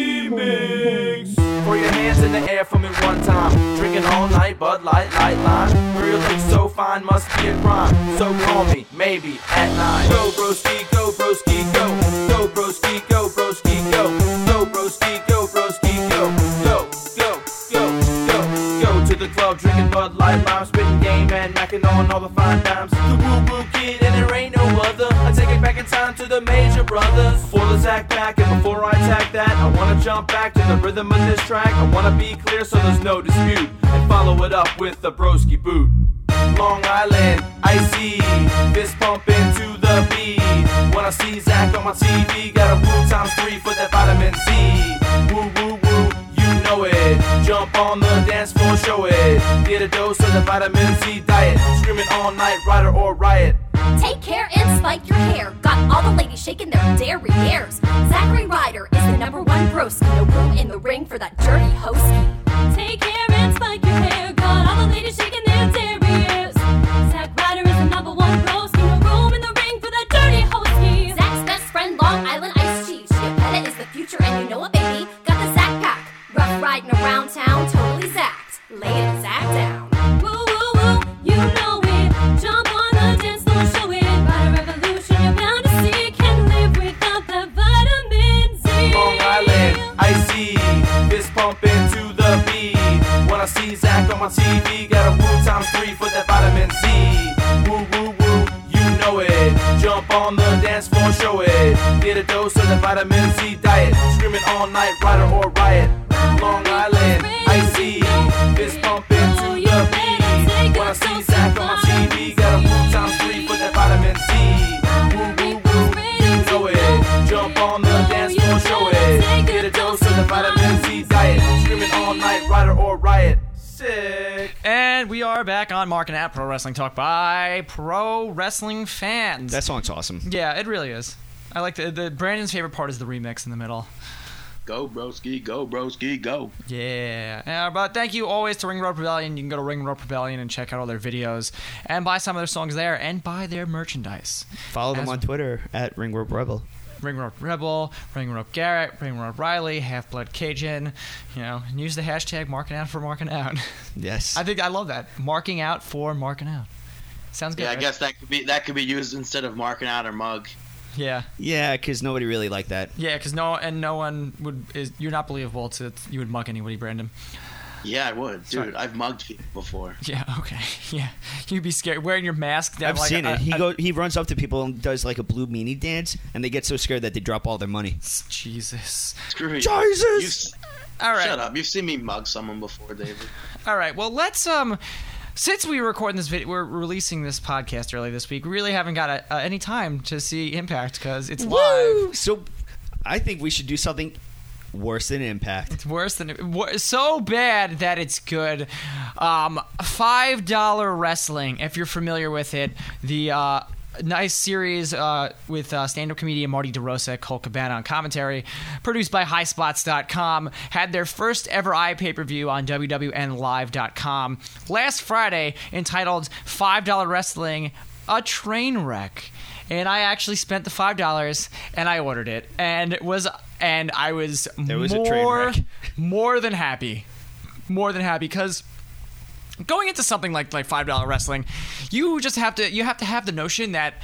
Remix. Throw your hands in the air for me one time. Drinking all night, Bud Light, Light Lime. Real thing so fine, must be a crime. So call me, maybe at nine. Go broski, go broski, go. Go broski, go broski, go. Go broski, go broski, go. Go, go, go, go. Go to the club, drinking Bud Light, Lime, spitting game and macking on all the fine dimes. The woo woo kid and there ain't no other. I take it back in time to the major brothers. For the Zack back and before I attack that, I wanna jump back to the rhythm of this track. I wanna be clear so there's no dispute. And follow it up with the broski boot. Long Island, icy, fist pumping to the beat. When I see Zach on my TV, got a woo times three for that vitamin Z. Woo woo woo, you know it. Jump on the dance floor, show it. Get a dose of the vitamin Z diet. Screaming all night, rider or riot.
Take care and spike your hair. Got all the ladies shaking their derrieres. Zachary Ryder is the number one broski. No room in the ring for that dirty hostie.
Take care and spike your hair. Got all the ladies shaking their derrieres. Zack Ryder is the number one pro. See no room in the ring for that dirty hostie.
Zach's best friend, Long Island Ice Cheese. Chiapetta is the future, and you know it, baby. Got the Zack pack. Rough riding around town, totally zacked. Lay it Zack down.
Woo woo woo, you know it. Jump on the dance floor, show it. Ryder revolution, you're bound to see. Can't live without that vitamin Z.
Long Island, icy, fist pumping to the beat. When I see Zach on my TV, got a woo times three for that vitamin Z. Woo woo woo, you know it. Jump on the dance floor, show it. Get a dose of the vitamin Z diet. Screaming all night, rider or riot. Long Island, icy, fist pumping to the beat. When I see Zach on my TV, got a woo times three for that vitamin Z. Woo woo woo, you know it. Jump on the dance floor, show it. Get a dose of the vitamin Z diet. Screaming all night, rider or riot. Sick.
And we are back on Marking Out Pro Wrestling Talk by pro wrestling fans.
that song's awesome.
yeah, it really is. I like the, the Brandon's favorite part is the remix in the middle.
Go broski, go broski, go.
Yeah. Yeah, but thank you always to Ring Road Rebellion. You can go to Ring Road Rebellion and check out all their videos and buy some of their songs there and buy their merchandise.
Follow them
As-
on Twitter at Ringworld Rebel.
Ring Road Rebel, Ring Road Garrett, Ring Road Riley, Half Blood Cajun. You know, and use the hashtag marking out for marking out.
Yes.
I think I love that. Marking out for marking out. Sounds good.
Yeah, I
right?
guess that could be that could be used instead of marking out or mug.
Yeah.
yeah, because nobody really liked that.
Yeah, because no and no one would is you're not believable to you would mug anybody, Brandon.
Yeah, I would, dude.
Sorry.
I've mugged people before.
Yeah, okay. Yeah. You'd be scared wearing your mask down
I've
like uh,
seen
a-
it. He
a-
go he runs up to people and does like a blue meanie dance, and they get so scared that they drop all their money.
Jesus.
Screw you.
Jesus!
You've s-
All right.
Shut up. You've seen me mug someone before, David.
All right. Well, let's um. since we were recording this video, we're releasing this podcast early this week. We really haven't got a, uh, any time to see Impact because it's live.
Woo! So I think we should do something worse than Impact.
It's worse than wor- so bad that it's good. Um, Five dollar wrestling, if you're familiar with it, the uh, nice series uh, with uh, stand-up comedian Marty DeRosa, Cole Cabana on commentary, produced by HighSpots.com, had their first ever i pay-per-view on WWNLive.com last Friday, entitled Five Dollar Wrestling: A Train Wreck and I actually spent the five dollars and I ordered it and it was and I was
was a
more
train wreck.
more than happy, more than happy because going into something like like five dollar wrestling, you just have to you have to have the notion that.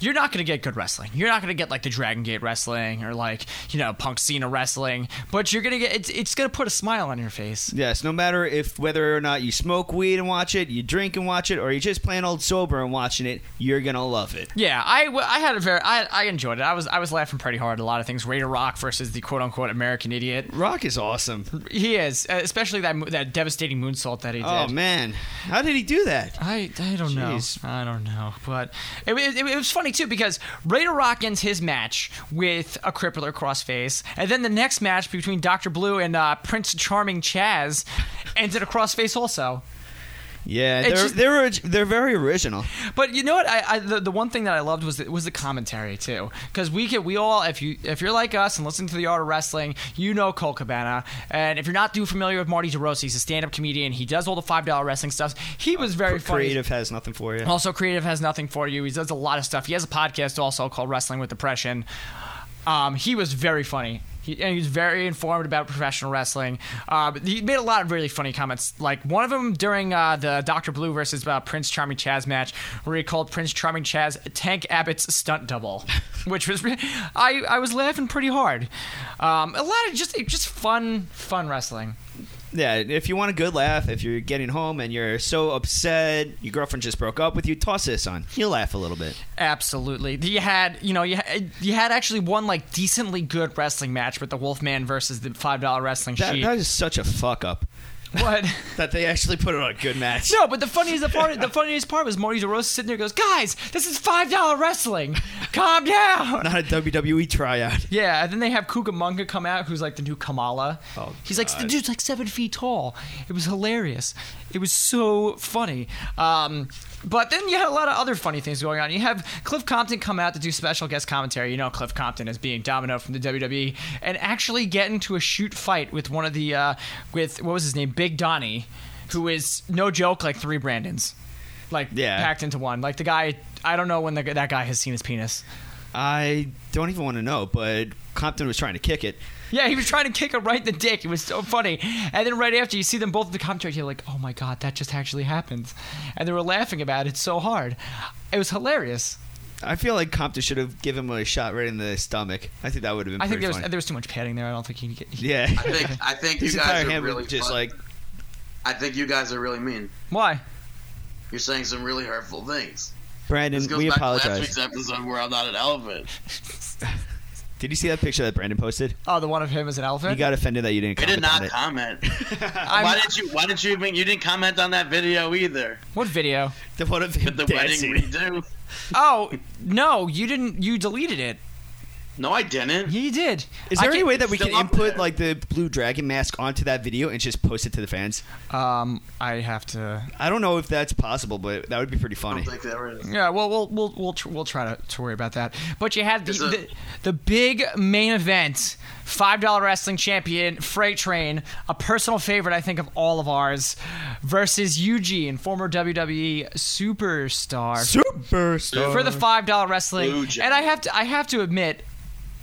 You're not gonna get good wrestling. You're not gonna get like the Dragon Gate wrestling or like you know Punk Cena wrestling, but you're gonna get it's, it's gonna put a smile on your face.
Yes, no matter if whether or not you smoke weed and watch it, you drink and watch it, or you just plain old sober and watching it, you're gonna love it.
Yeah, I, w- I had a very I, I enjoyed it. I was I was laughing pretty hard. at A lot of things. Raider Rock versus the quote unquote American Idiot.
Rock is awesome.
He is, uh, especially that mo- that devastating moonsault that he did.
Oh man, how did he do that?
I, I don't
Jeez.
know. I don't know. But it, it, it was funny, too, because Raider Rock ends his match with a crippler crossface. And then the next match between Dr. Blue and uh, Prince Charming Chaz ends in a crossface also.
Yeah,
It's
they're
just-
they're orig- they're very original.
But you know what? I, I the, the one thing that I loved was the, was the commentary too, because we get we all if you if you're like us and listening to the art of wrestling, you know Cole Cabana, and if you're not too familiar with Marty DeRosa, he's a stand-up comedian. He does all the five dollar wrestling stuff. He was very funny.
Uh,
Oh.
Creative has nothing for you.
Also, creative has nothing for you. He does a lot of stuff. He has a podcast also called Wrestling with Depression. Um, he was very funny. He, and he was very informed about professional wrestling. Uh, but he made a lot of really funny comments. Like one of them during uh, the Dr. Blue versus uh, Prince Charming Chaz match, where he called Prince Charming Chaz Tank Abbott's stunt double, which was re- I, I was laughing pretty hard. Um, a lot of just just fun fun wrestling.
Yeah, if you want a good laugh, if you're getting home and you're so upset, your girlfriend just broke up with you, toss this on. You'll laugh a little bit.
Absolutely. You had, you know, you had, you had actually one like decently good wrestling match with the Wolfman versus the five dollar wrestling
That,
sheet.
that is such a fuck up
what?
that they actually put on a good match.
No, but the funniest part, the funniest part was Marty DeRosa sitting there goes, "Guys, this is five dollar wrestling. Calm down."
Not a WWE tryout.
Yeah, and then they have Kugamonga come out, who's like the new Kamala.
Oh,
he's like the
God.
dude's like seven feet tall. It was hilarious. It was so funny. Um, but then you had a lot of other funny things going on. You have Cliff Compton come out to do special guest commentary. You know Cliff Compton as being Domino from the WWE, and actually get into a shoot fight with one of the uh, with what was his name, Big Donnie, who is no joke like three Brandons, like
Yeah.
packed into one. Like the guy, I don't know when the, that guy has seen his penis.
I don't even want to know, but Compton was trying to kick it.
Yeah, he was trying to kick her right in the dick. It was so funny. And then right after, you see them both in the commentary, you're like, oh my God, that just actually happened. And they were laughing about it so hard. It was hilarious.
I feel like Compton should have given him a shot right in the stomach. I think that would have been
I think
pretty
there was,
funny.
there was too much padding there. I don't think he could
I
get.
yeah.
think I think you
His
guys
entire
are
hand
really
was just
fun-
like,
I think you guys are really mean.
Why?
You're saying some really hurtful things.
Brandon,
This goes
we
back to last
apologize.
week's episode where I'm not an elephant.
Did you see that picture that Brandon posted?
Oh, the one of him as an elephant?
You got offended that you didn't
I did
comment on
not
it.
comment.
I'm-
why did you? Why did you even? You didn't comment on that video either.
What video?
The one of him
The
dancing.
wedding redo.
Oh, no, you didn't. You deleted it.
No, I didn't.
Yeah, you did.
Is
I
there any
can't-
way that we
still
can
up
input
there.
like the blue dragon mask onto that video and just post it to the fans?
Um, I have to.
I don't know if that's possible, but that would be pretty funny.
I don't think that was.
Yeah, well, we'll we'll we'll, tr- we'll try to, to worry about that. But you had the,
Is it-
the the big main event, five dollar wrestling champion Freight Train, a personal favorite I think of all of ours, versus Eugene, former WWE superstar,
Superstar.
for the five dollar wrestling.
Eugene.
And I have to I have to admit,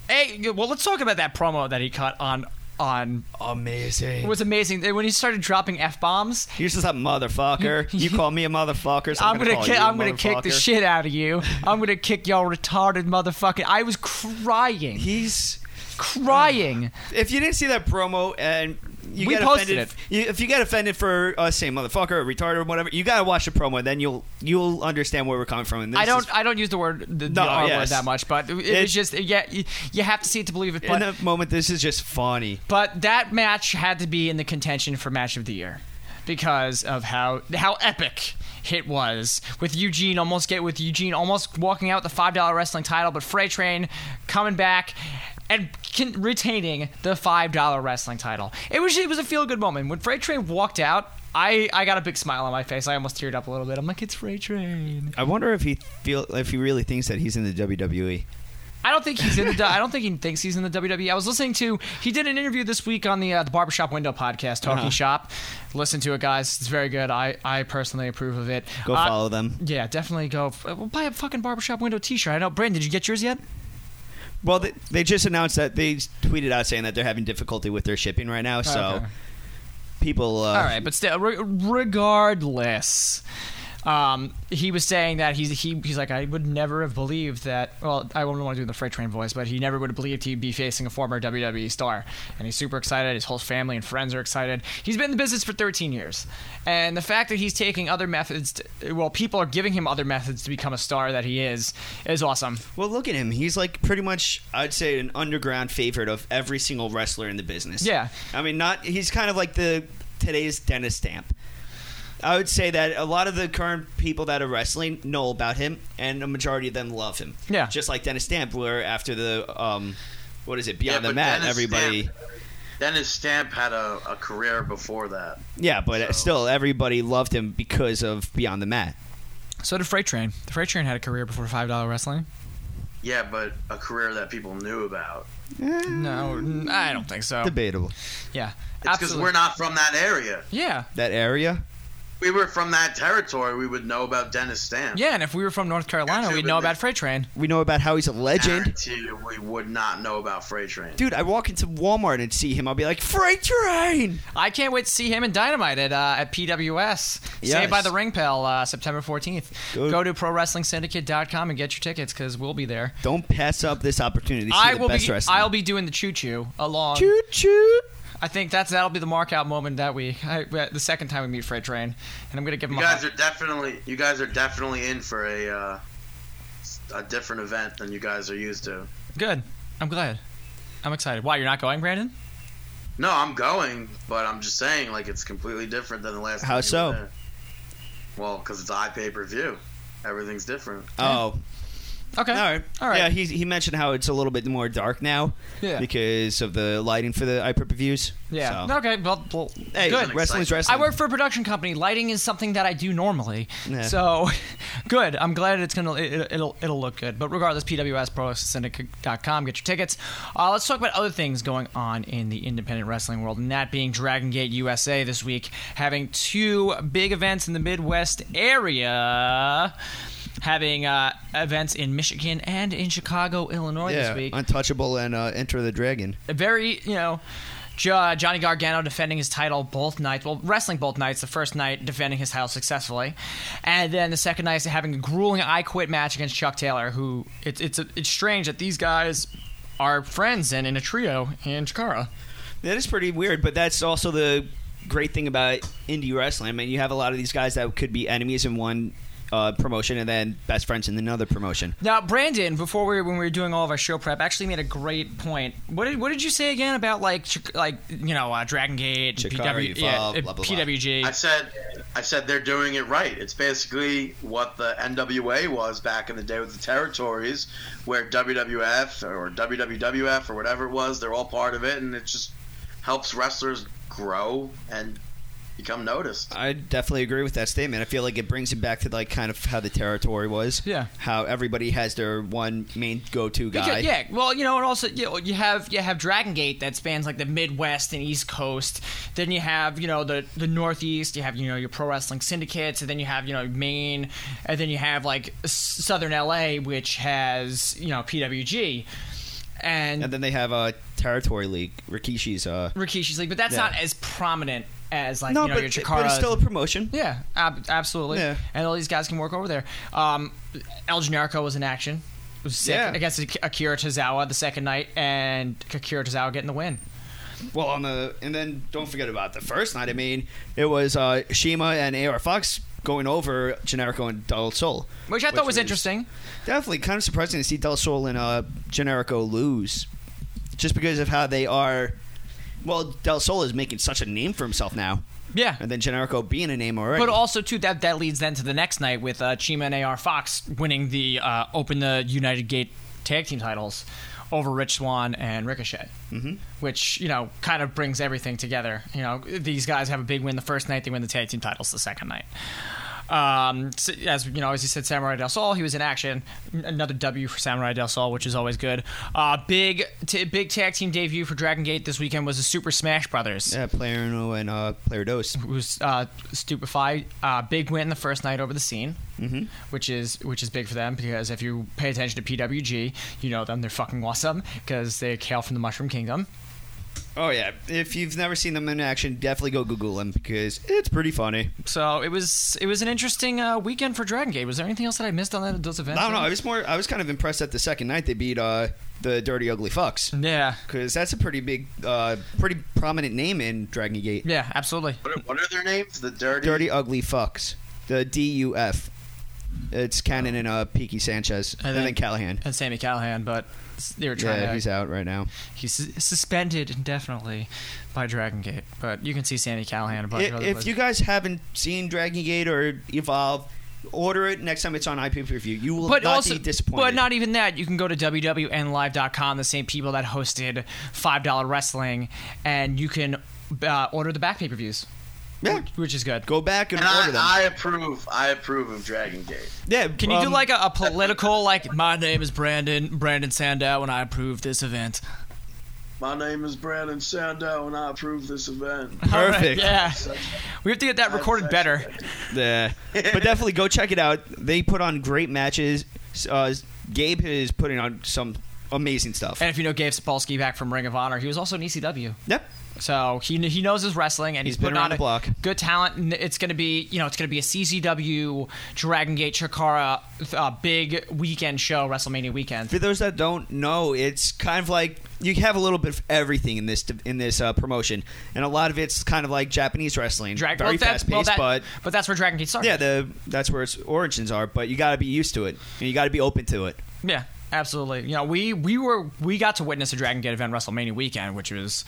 hey, well, let's talk about that promo that he cut on on.
Amazing.
It was amazing when he started dropping f bombs.
Here's that motherfucker. You call me a motherfucker. So
I'm
I'm,
gonna,
call
kick,
you a
I'm gonna kick the
motherfucker.
shit out of you. I'm gonna kick y'all retarded motherfucking. I was crying,
He's.
crying.
If you didn't see that promo and you
We
get
posted
offended, you- if you get offended for us saying motherfucker or retard or whatever, you gotta watch the promo. Then you'll you'll understand where we're coming from. And this
I
is-
don't, I don't use the word the, the
No,
R word
yes.
that much, but it,
It's-
was just yeah. You, you have to see it to believe it.
in
But,
that moment, this is just funny.
but that match had to be in the contention for match of the year. because of how how epic it was with Eugene almost get with Eugene almost walking out with the five dollar wrestling title, but Freight Train coming back and con- retaining the five dollar wrestling title. It was it was a feel good moment when Freight Train walked out. I, I got a big smile on my face. I almost teared up a little bit. I'm like, it's Freight Train.
I wonder if he feel if he really thinks that he's in the E. WWE.
I don't think he's in the. I don't think he thinks he's in the WWE. I was listening to. He did an interview this week on the uh, the Barbershop Window podcast, Talking
Uh-huh.
Shop. Listen to it, guys. It's very good. I I personally approve of it.
Go
Uh,
follow them.
Yeah, definitely go. f- Well, buy a fucking Barbershop Window T-shirt. I know, Brandon. Did you get yours yet?
Well, they, they just announced that they tweeted out saying that they're having difficulty with their shipping right now. So
Oh, Okay.
people, uh,
All right, but still, re- regardless, um, he was saying that he's he, he's like I would never have believed that. Well, I wouldn't want to do the freight train voice, but he never would have believed he'd be facing a former WWE star, and he's super excited. His whole family and friends are excited. He's been in the business for 13 years, and the fact that he's taking other methods, to, well, people are giving him other methods to become a star that he is, is awesome.
Well, look at him. He's like pretty much, I'd say, an underground favorite of every single wrestler in the business.
Yeah.
I mean, not he's kind of like the today's Dennis Stamp. I would say that a lot of the current people that are wrestling know about him, and a majority of them love him.
Yeah.
Just like Dennis Stamp, where after the um, what is it,
Yeah,
Beyond the
but
Mat,
Dennis
everybody.
Stamp- Dennis Stamp had a, a career before that.
Yeah, but
So-
still, everybody loved him because of Beyond the Mat.
So did freight train. The freight train had a career before five dollar wrestling.
Yeah, but a career that people knew about.
No, n- I don't think
Oh.
so.
Debatable.
Yeah,
It's because we're not from that area.
Yeah,
That area.
We were from that territory. We would know about Dennis Stamp.
Yeah, and if we were from North Carolina,
Gotcha,
we'd
but
know
then-
about freight train.
We know about how he's a legend.
Guarantee you we would not know about Freight Train.
Dude, I walk into Walmart and see him. I'll be like, Freight Train!
I can't wait to see him in Dynamite at uh, at PWS. Saved
Yes.
by the Ring Bell, uh, September 14th.
Go-
Go to ProWrestlingSyndicate.com and get your tickets because we'll be there.
Don't pass up this opportunity to see
I
the
will
best
be.
wrestling.
I'll be doing the choo choo along.
choo choo.
I think that's that'll be the mark out moment that week. I, uh, the second time we meet Freight Train, and I'm gonna give him
You
a
guys
hug.
are definitely you guys are definitely in for a uh, a different event than you guys are used to.
good. I'm glad. I'm excited. Why you're not going, Brandon?
No, I'm going, but I'm just saying like it's completely different than the last.
How
time you
so?
were there. Well, because it's eye pay per view. Everything's different.
Oh,
Okay.
all right,
All right.
Yeah, he, he mentioned how it's a little bit more dark now
Yeah.
because of the lighting for the hyper views.
Yeah.
So.
Okay. Well, well
Hey,
good.
wrestling's wrestling.
I work for a production company. Lighting is something that I do normally.
Yeah.
So, good. I'm glad it's gonna it, it'll it'll look good. But regardless, pwsprosyndicate.com. Get your tickets. Uh, let's talk about other things going on in the independent wrestling world, and that being Dragon Gate USA this week, having two big events in the Midwest area. Having uh, events in Michigan and in Chicago, Illinois
Yeah,
this week
Untouchable and uh, Enter the Dragon.
very you know Jo- Johnny Gargano defending his title both nights, well, wrestling both nights. The first night defending his title successfully, and then the second night having a grueling I Quit match against Chuck Taylor. Who it's it's it's strange that these guys are friends and in a trio in Chikara.
That is pretty weird, but that's also the great thing about indie wrestling. I mean, you have a lot of these guys that could be enemies in one uh, promotion and then best friends in another promotion.
Now, Brandon, before we were, when we were doing all of our show prep, actually made a great point. What did what did you say again about like Chi- like you know uh, Dragon Gate, and
Chikara
PW, yeah, uh,
Evolve, blah, blah, blah.
PWG?
I said, I said they're doing it right. It's basically what the NWA was back in the day with the territories, where WWF or WWWF or whatever it was, they're all part of it, and it just helps wrestlers grow and become noticed.
I definitely agree with that statement. I feel like it brings it back to like kind of how the territory was.
Yeah.
How everybody has their one main go-to guy.
Because- yeah, well, you know, and also you, know, you have you have Dragon Gate that spans like the Midwest and East Coast. Then you have you know the the Northeast. You have you know your pro wrestling syndicates, and then you have you know Maine, and then you have like S- Southern LA, which has you know PWG, and,
And then they have a uh, territory league. Rikishi's. Uh,
Rikishi's League. But that's
Yeah.
not as prominent as like
no,
you know
but,
your
but it's
Chikara's.
still a promotion.
Yeah, ab- absolutely.
Yeah.
And all these guys can work over there. Um, El Generico was in action. It was sick
Yeah.
against Ak- Akira Tozawa the second night, and Akira Tozawa getting the win.
Well, on the and then don't forget about the first night. I mean, it was uh, Shima and Ar Fox going over Generico and Del Sol,
Which I thought was, interesting.
Definitely kind of surprising to see Del Sol and uh, Generico lose, just because of how they are. Well, Del Sol is making such a name for himself now.
Yeah.
and then Generico being a name already.
But also too that that leads then to the next night with uh, Chima and AR Fox winning the uh, Open the United Gate tag team titles over Rich Swan and Ricochet, mm-hmm. which you know kind of brings everything together. You know these guys have a big win the first night, they win the tag team titles the second night. Um, so- as you know, as you said, Samurai Del Sol, he was in action. N- Another W for Samurai Del Sol, which is always good. Uh, big, t- big tag team debut for Dragon Gate this weekend was the Super Smash Brothers
yeah, player Uno and uh, player Dos.
was uh, stupefied. Uh, big win the first night over the scene, mm-hmm. which is which is big for them because if you pay attention to PWG, you know them. They're fucking awesome because they hail from the Mushroom Kingdom.
Oh yeah, if you've never seen them in action, definitely go Google them because it's pretty funny.
So it was it was an interesting uh, weekend for Dragon Gate. Was there anything else that I missed on that, those events?
I don't know. I was more. I was kind of impressed that the second night they beat uh, the Dirty Ugly Fucks
Yeah,
because that's a pretty big, uh, pretty prominent name in Dragon Gate.
yeah, absolutely.
What are, what are their names? The dirty.
Dirty Ugly Fucks, the DUF. It's Cannon
Oh.
and uh, Peaky Sanchez, and, then,
then-
Callahan.
And Sammy Callahan, but s- they were trying
Yeah,
to.
he's out right now.
He's sus- suspended indefinitely by Dragon Gate, but you can see Sammy Callahan. A bunch of
If,
other
if
places.
you guys haven't seen Dragon Gate or Evolve, order it next time it's on IP review. You will
but
not
also,
be disappointed.
but not even that. You can go to wwnlive.com, the same people that hosted five dollar wrestling, and you can uh, order the back pay per views,
yeah.
which is good.
Go back and,
And
order them.
I, I approve. I approve of Dragon Gate.
yeah.
Can you do
um,
like a, a political, like my name is Brandon Brandon Sandow, and I approve this event?
My name is Brandon Sandow, and I approve this event.
All right,
Perfect.
yeah, we have to get that recorded better.
Yeah. but definitely go check it out. They put on great matches. Uh, Gabe is putting on some amazing stuff.
And if you know Gabe Sapolsky back from Ring of Honor, he was also in E ECW.
yep.
So he he knows his wrestling, and he's,
He's been
putting
around
on
the
a
block.
Good talent, and it's going to be you know it's going to be a CCW Dragon Gate Chikara uh, big weekend show, WrestleMania weekend.
For those that don't know, it's kind of like you have a little bit of everything in this in this uh, promotion, and a lot of it's kind of like Japanese wrestling,
Drag-
very
well, that's-
fast paced,
well, that-
but.
but that's where Dragon Gate started.
Yeah, the that's where its origins are, but you got to be used to it, and you got to be open to it.
Yeah, absolutely. You know, we we were we got to witness a Dragon Gate event WrestleMania weekend, which was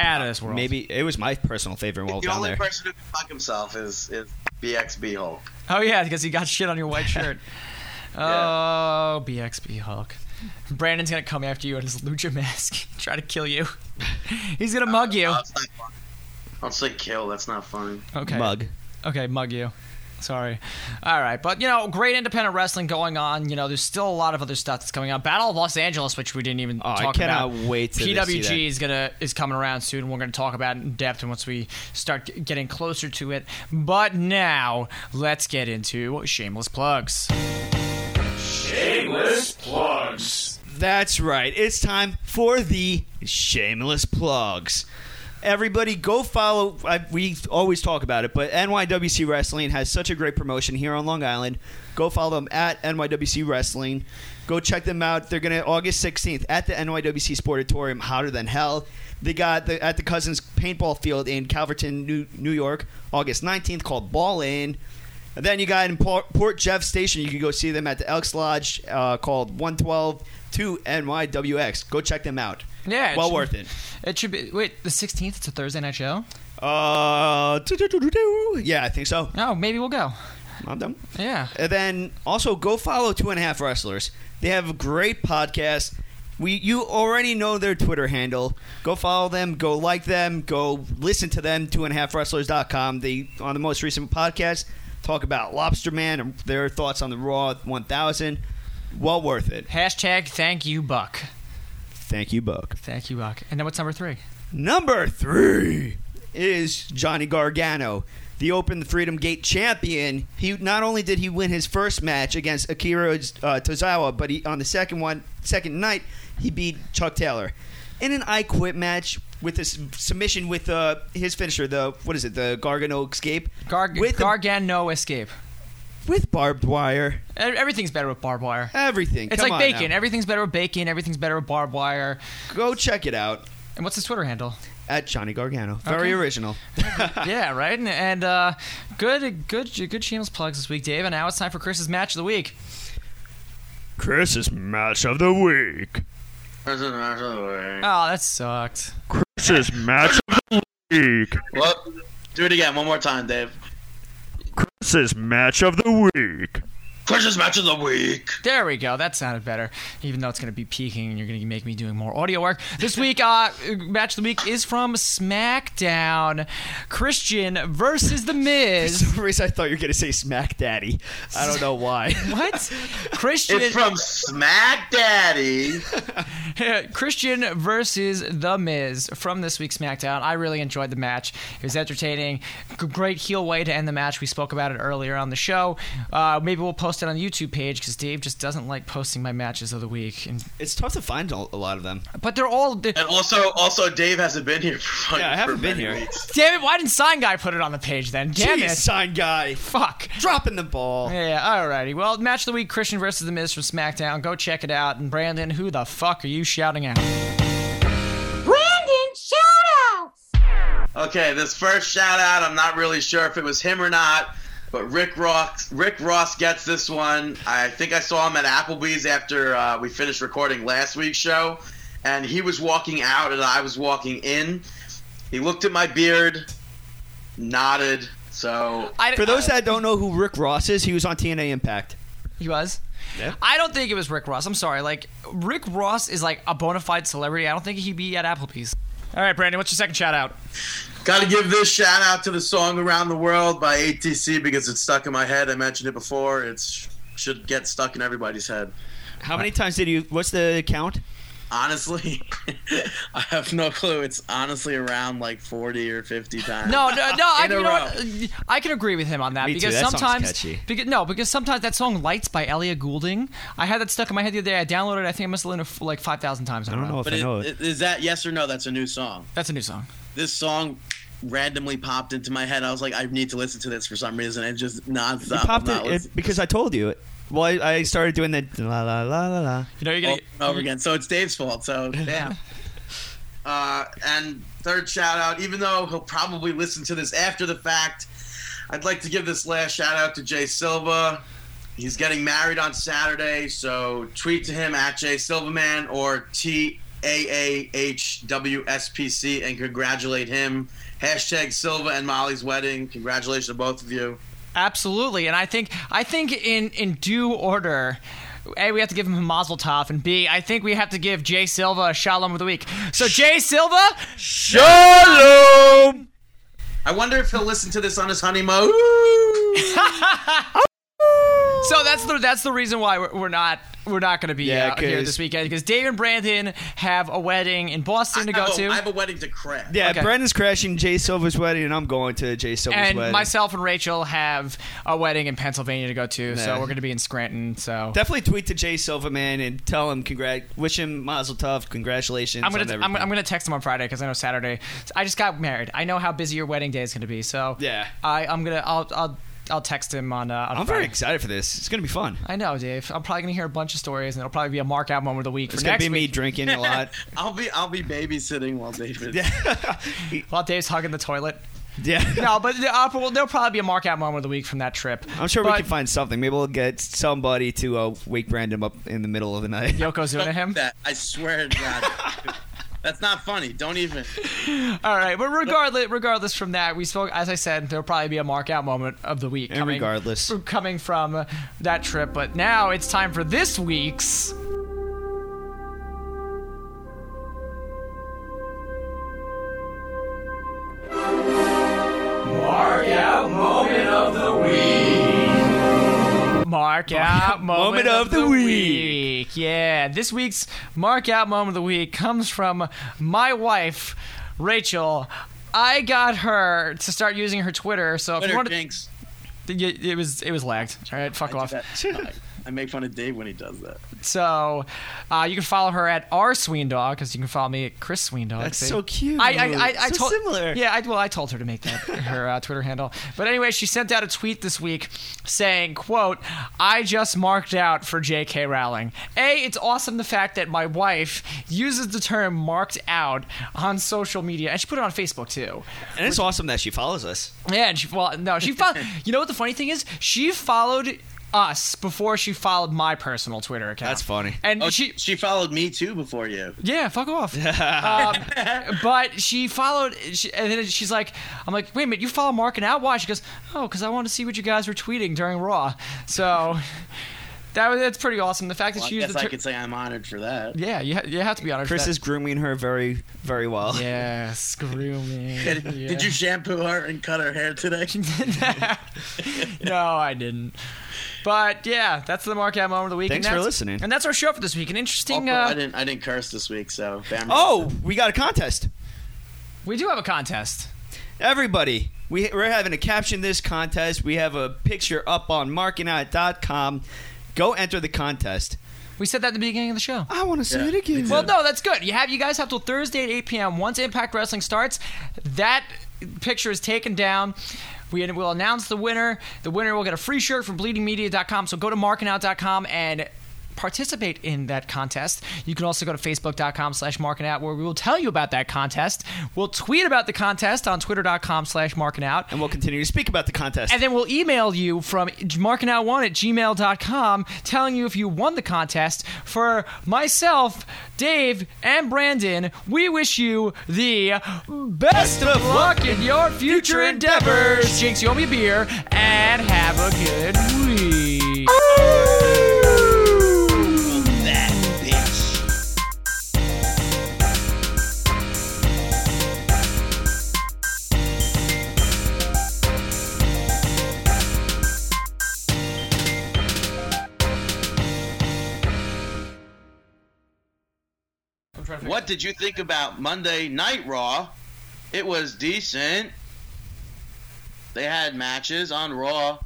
out of this world.
Maybe it was my personal favorite while
the
down
only
there.
person who can fuck himself is is BXB Hulk.
Oh yeah, because he got shit on your white shirt. Oh, BXB Hulk. Brandon's gonna come after you in his lucha mask, try to kill you. He's gonna mug you.
Oh,
Uh,
it's not funny. I'll say kill. That's not funny.
Okay.
Mug.
Okay, mug you. Sorry. All right, but you know, great independent wrestling going on. You know, there's still a lot of other stuff that's coming on. Battle of Los Angeles, which we didn't even
Oh, I
talk
cannot
about.
wait to see that.
PWG is gonna is coming around soon. and We're gonna talk about it in depth and once we start g- getting closer to it. But now let's get into shameless plugs.
That's right. It's time for the shameless plugs. Everybody, go follow. I, we always talk about it, but NYWC Wrestling has such a great promotion here on Long Island. Go follow them at NYWC Wrestling. Go check them out. They're gonna August 16th at the NYWC Sportatorium, hotter than hell. They got the, at the Cousins Paintball Field in Calverton, New, New York, August 19th, called Ball In. And then you got in Port, Port Jeff Station, you can go see them at the Elks Lodge uh, called 112 2 NYWX. Go check them out.
Yeah, it's-
Well worth it.
It should be wait the 16th. It's a Thursday night show.
Uh, doo-doo-doo-doo-doo. yeah, I think so.
Oh, maybe we'll go.
I'm done.
Yeah.
And then also go follow Two and a Half Wrestlers. They have a great podcast. We you already know their Twitter handle. Go follow them. Go like them. Go listen to them. Two and a half wrestlers.com. They on the most recent podcast talk about Lobster Man and their thoughts on the Raw 1000. Well worth it.
Hashtag thank you Buck.
Thank you, Buck.
Thank you Buck. And then what's number three?
Number three is Johnny Gargano, the Open the Freedom Gate champion. He not only did he win his first match against Akira uh, Tozawa, but he, on the second one, second night, he beat Chuck Taylor in an I Quit match with this submission with uh, his finisher, the what is it, the Gargano escape
Gar-
with the-
Gargano escape.
with barbed wire,
E- Everything's better with barbed wire.
everything.
It's
Come
like
on
bacon.
now.
Everything's better with bacon. Everything's better with barbed wire.
Go check it out
And what's his Twitter handle?
at Johnny Gargano. Very
Okay.
original.
yeah, right. And, and uh, good, good, good shameless plugs this week, Dave. And now it's time for Chris's match of the week.
Chris's match of the week. Uh,
Oh, that sucked.
Chris's match of the week.
Well, Do it again, one more time, Dave.
This is match of the week.
Chris's match of the week.
There we go. That sounded better, even though it's going to be peaking and you're going to make me doing more audio work. This week, uh, match of the week is from SmackDown Christian versus The
For
Miz.
some reason, I thought you were going to say Smack Daddy. I don't know why.
What? Christian
It's from Smack Daddy.
Christian versus The Miz from this week's SmackDown. I really enjoyed the match. It was entertaining. G- Great heel way to end the match. We spoke about it earlier on the show. Uh, maybe we'll post it on the YouTube page because Dave just doesn't like posting my matches of the week. And,
It's tough to find a a lot of them.
but they're all. they-
And also, also Dave hasn't been here for like,
Yeah, I haven't
for
been
many
here.
Weeks.
Damn it! Why didn't Sign Guy put it on the page then? Damn
Jeez,
it!
sign guy.
Fuck.
Dropping the ball.
Yeah, alrighty. Well, match of the week Christian versus The Miz from SmackDown. Go check it out. And Brandon, who the fuck are you shouting out?
Brandon shoutouts!
Okay, this first shout out, I'm not really sure if it was him or not, but Rick Ross, Rick Ross gets this one. I think I saw him at Applebee's after uh, we finished recording last week's show, and he was walking out and I was walking in. He looked at my beard, nodded. So
I,
For those that don't know who Rick Ross is, he was on TNA Impact.
He was.
Yeah.
I don't think it was Rick Ross. I'm sorry. Like Rick Ross is like a bona fide celebrity. I don't think he'd be at Applebee's. All right, Brandon, what's your second shout out?
Got to give this shout out to the song "Around the World" by ATC because it's stuck in my head. I mentioned it before. It should get stuck in everybody's head.
How many times did you? What's the count?
Honestly, I have no clue. It's honestly around like forty or fifty times.
No, no, no. I,
In a
you know
row.
what? I can agree with him on that
Me too.
because
That song's
sometimes,
catchy.
because no, because sometimes that song "Lights" by Elia Goulding, I had that stuck in my head the other day. I downloaded. it. I think I must have listened to it like five thousand times. in a row.
if
But it- it- is that yes or no? That's a new song.
That's a new song.
This song randomly popped into my head. I was like, I need to listen to this for some reason. It just nonstop.
You
I'm
popped
not
it,
listening-
it because I told you it. Well, I, I started doing the la la la la la.
You know, you're gonna.
over and over again. So it's Dave's fault. So damn. uh, and third shout out, even though he'll probably listen to this after the fact, I'd like to give this last shout out to Jay Silva. He's getting married on Saturday, so tweet to him at Jay Silverman or T A A H W S P C and congratulate him. Hashtag Silva and Molly's wedding. Congratulations to both of you.
Absolutely, and I think I think in in due order. A, we have to give him a mazel tov, and B, I think we have to give Jay Silva a shalom of the week. So Jay Silva,
Shalom.
I wonder if he'll listen to this on his honeymoon.
so that's the that's the reason why we're, we're not we're not going to be
Yeah,
out here
'cause-
this weekend because Dave and Brandon have a wedding in Boston to go
No,
to,
Oh, I have a wedding to crash.
Yeah,
Okay.
Brandon's crashing Jay Silver's wedding, and I'm going to Jay Silver's
and
wedding.
myself and Rachel have a wedding in Pennsylvania to go to. So
Yeah.
we're going to be in Scranton. So
Definitely tweet to Jay Silverman and tell him congrat, wish him Mazel Tov, congratulations.
I'm gonna
on
I'm,
everything.
I'm gonna text him on Friday because I know Saturday. I just got married. I know how busy your wedding day is gonna be. So
Yeah.
I I'm gonna I'll I'll I'll text him on. Uh, on
I'm
Friday.
very excited for this. It's gonna be fun.
I know, Dave. I'm probably gonna hear a bunch of stories, and it'll probably be a mark out moment of the week
It's
for
gonna
next
be me
week.
drinking a lot.
I'll be I'll be babysitting while David.
While Dave's hugging the toilet.
yeah,
No, but the- uh, well, there'll probably be a mark out moment of the week from that trip.
I'm sure
But
we can find something. Maybe we'll get somebody to uh, wake Brandon up in the middle of the night.
Yokozuna him.
That I swear to God, that's not funny. Don't even.
All right, but regardless, regardless from that, we spoke. As I said, there'll probably be a mark out moment of the week.
And regardless.
coming from uh, that trip. But now it's time for this week's. Mark out moment of the week. Mark out moment, of, the week. Yeah, this week's mark out moment of the week comes from my wife, Rachel. I got her to start using her Twitter. So if you
Twitter
want to,
jinx.
it it was it was lagged. All right, fuck off.
That- I make fun of Dave when he does that.
So uh, you can follow her at r Dog because you can follow me at Chris Sweendog.
That's
See?
so cute.
I, I, I, I
So
told,
similar.
Yeah, I, well, I told her to make that her uh, Twitter handle. But anyway, she sent out a tweet this week saying, "quote I just marked out for J.K. Rowling. A, it's awesome the fact that my wife uses the term marked out on social media, and she put it on Facebook too.
And it's awesome that she follows us.
Yeah, and she well, no, she followed. you know what the funny thing is? She followed us before she followed my personal Twitter account.
That's funny.
And
Oh,
she,
she she followed me too before you.
yeah, fuck off. um, but she followed, she, and then she's like, I'm like, wait a minute, you follow Mark and out? Why? She goes, oh, because I want to see what you guys were tweeting during Raw. So that was that's pretty awesome. The fact that
Well, I
she used
guess
the
I
ter-
could say I'm honored for that.
yeah, you, ha- you have to be honest.
Chris is grooming her very, very well.
yeah, screw me.
Did, did you shampoo her and cut her hair today?
no, I didn't. But yeah, that's the Mark Out moment of the week.
Thanks
and
for
that's-
listening.
And that's our show for this week. An interesting.
Also, I
Uh,
didn't I didn't curse this week, so bam.
Oh, we got a contest.
we do have a contest.
Everybody, we, we're having a caption this contest. We have a picture up on markingout.com. Go enter the contest.
We said that at the beginning of the show.
I want to see
Yeah,
it again.
Well, no, that's good. You have you guys have till Thursday at 8 p.m. Once Impact Wrestling starts, that picture is taken down. We will announce the winner. The winner will get a free shirt from bleedingmedia.com. So go to markingout.com and participate in that contest. You can also go to facebook.com slash markingout where we will tell you about that contest. We'll tweet about the contest on twitter.com slash markingout.
and we'll continue to speak about the contest.
And then we'll email you from markingout1 at gmail.com telling you if you won the contest. For myself, Dave, and Brandon, we wish you the best of luck in your future endeavors. Jinx, you owe me a beer, and have a good week.
that bitch. What did you think about Monday Night Raw? It was decent. They had matches on Raw.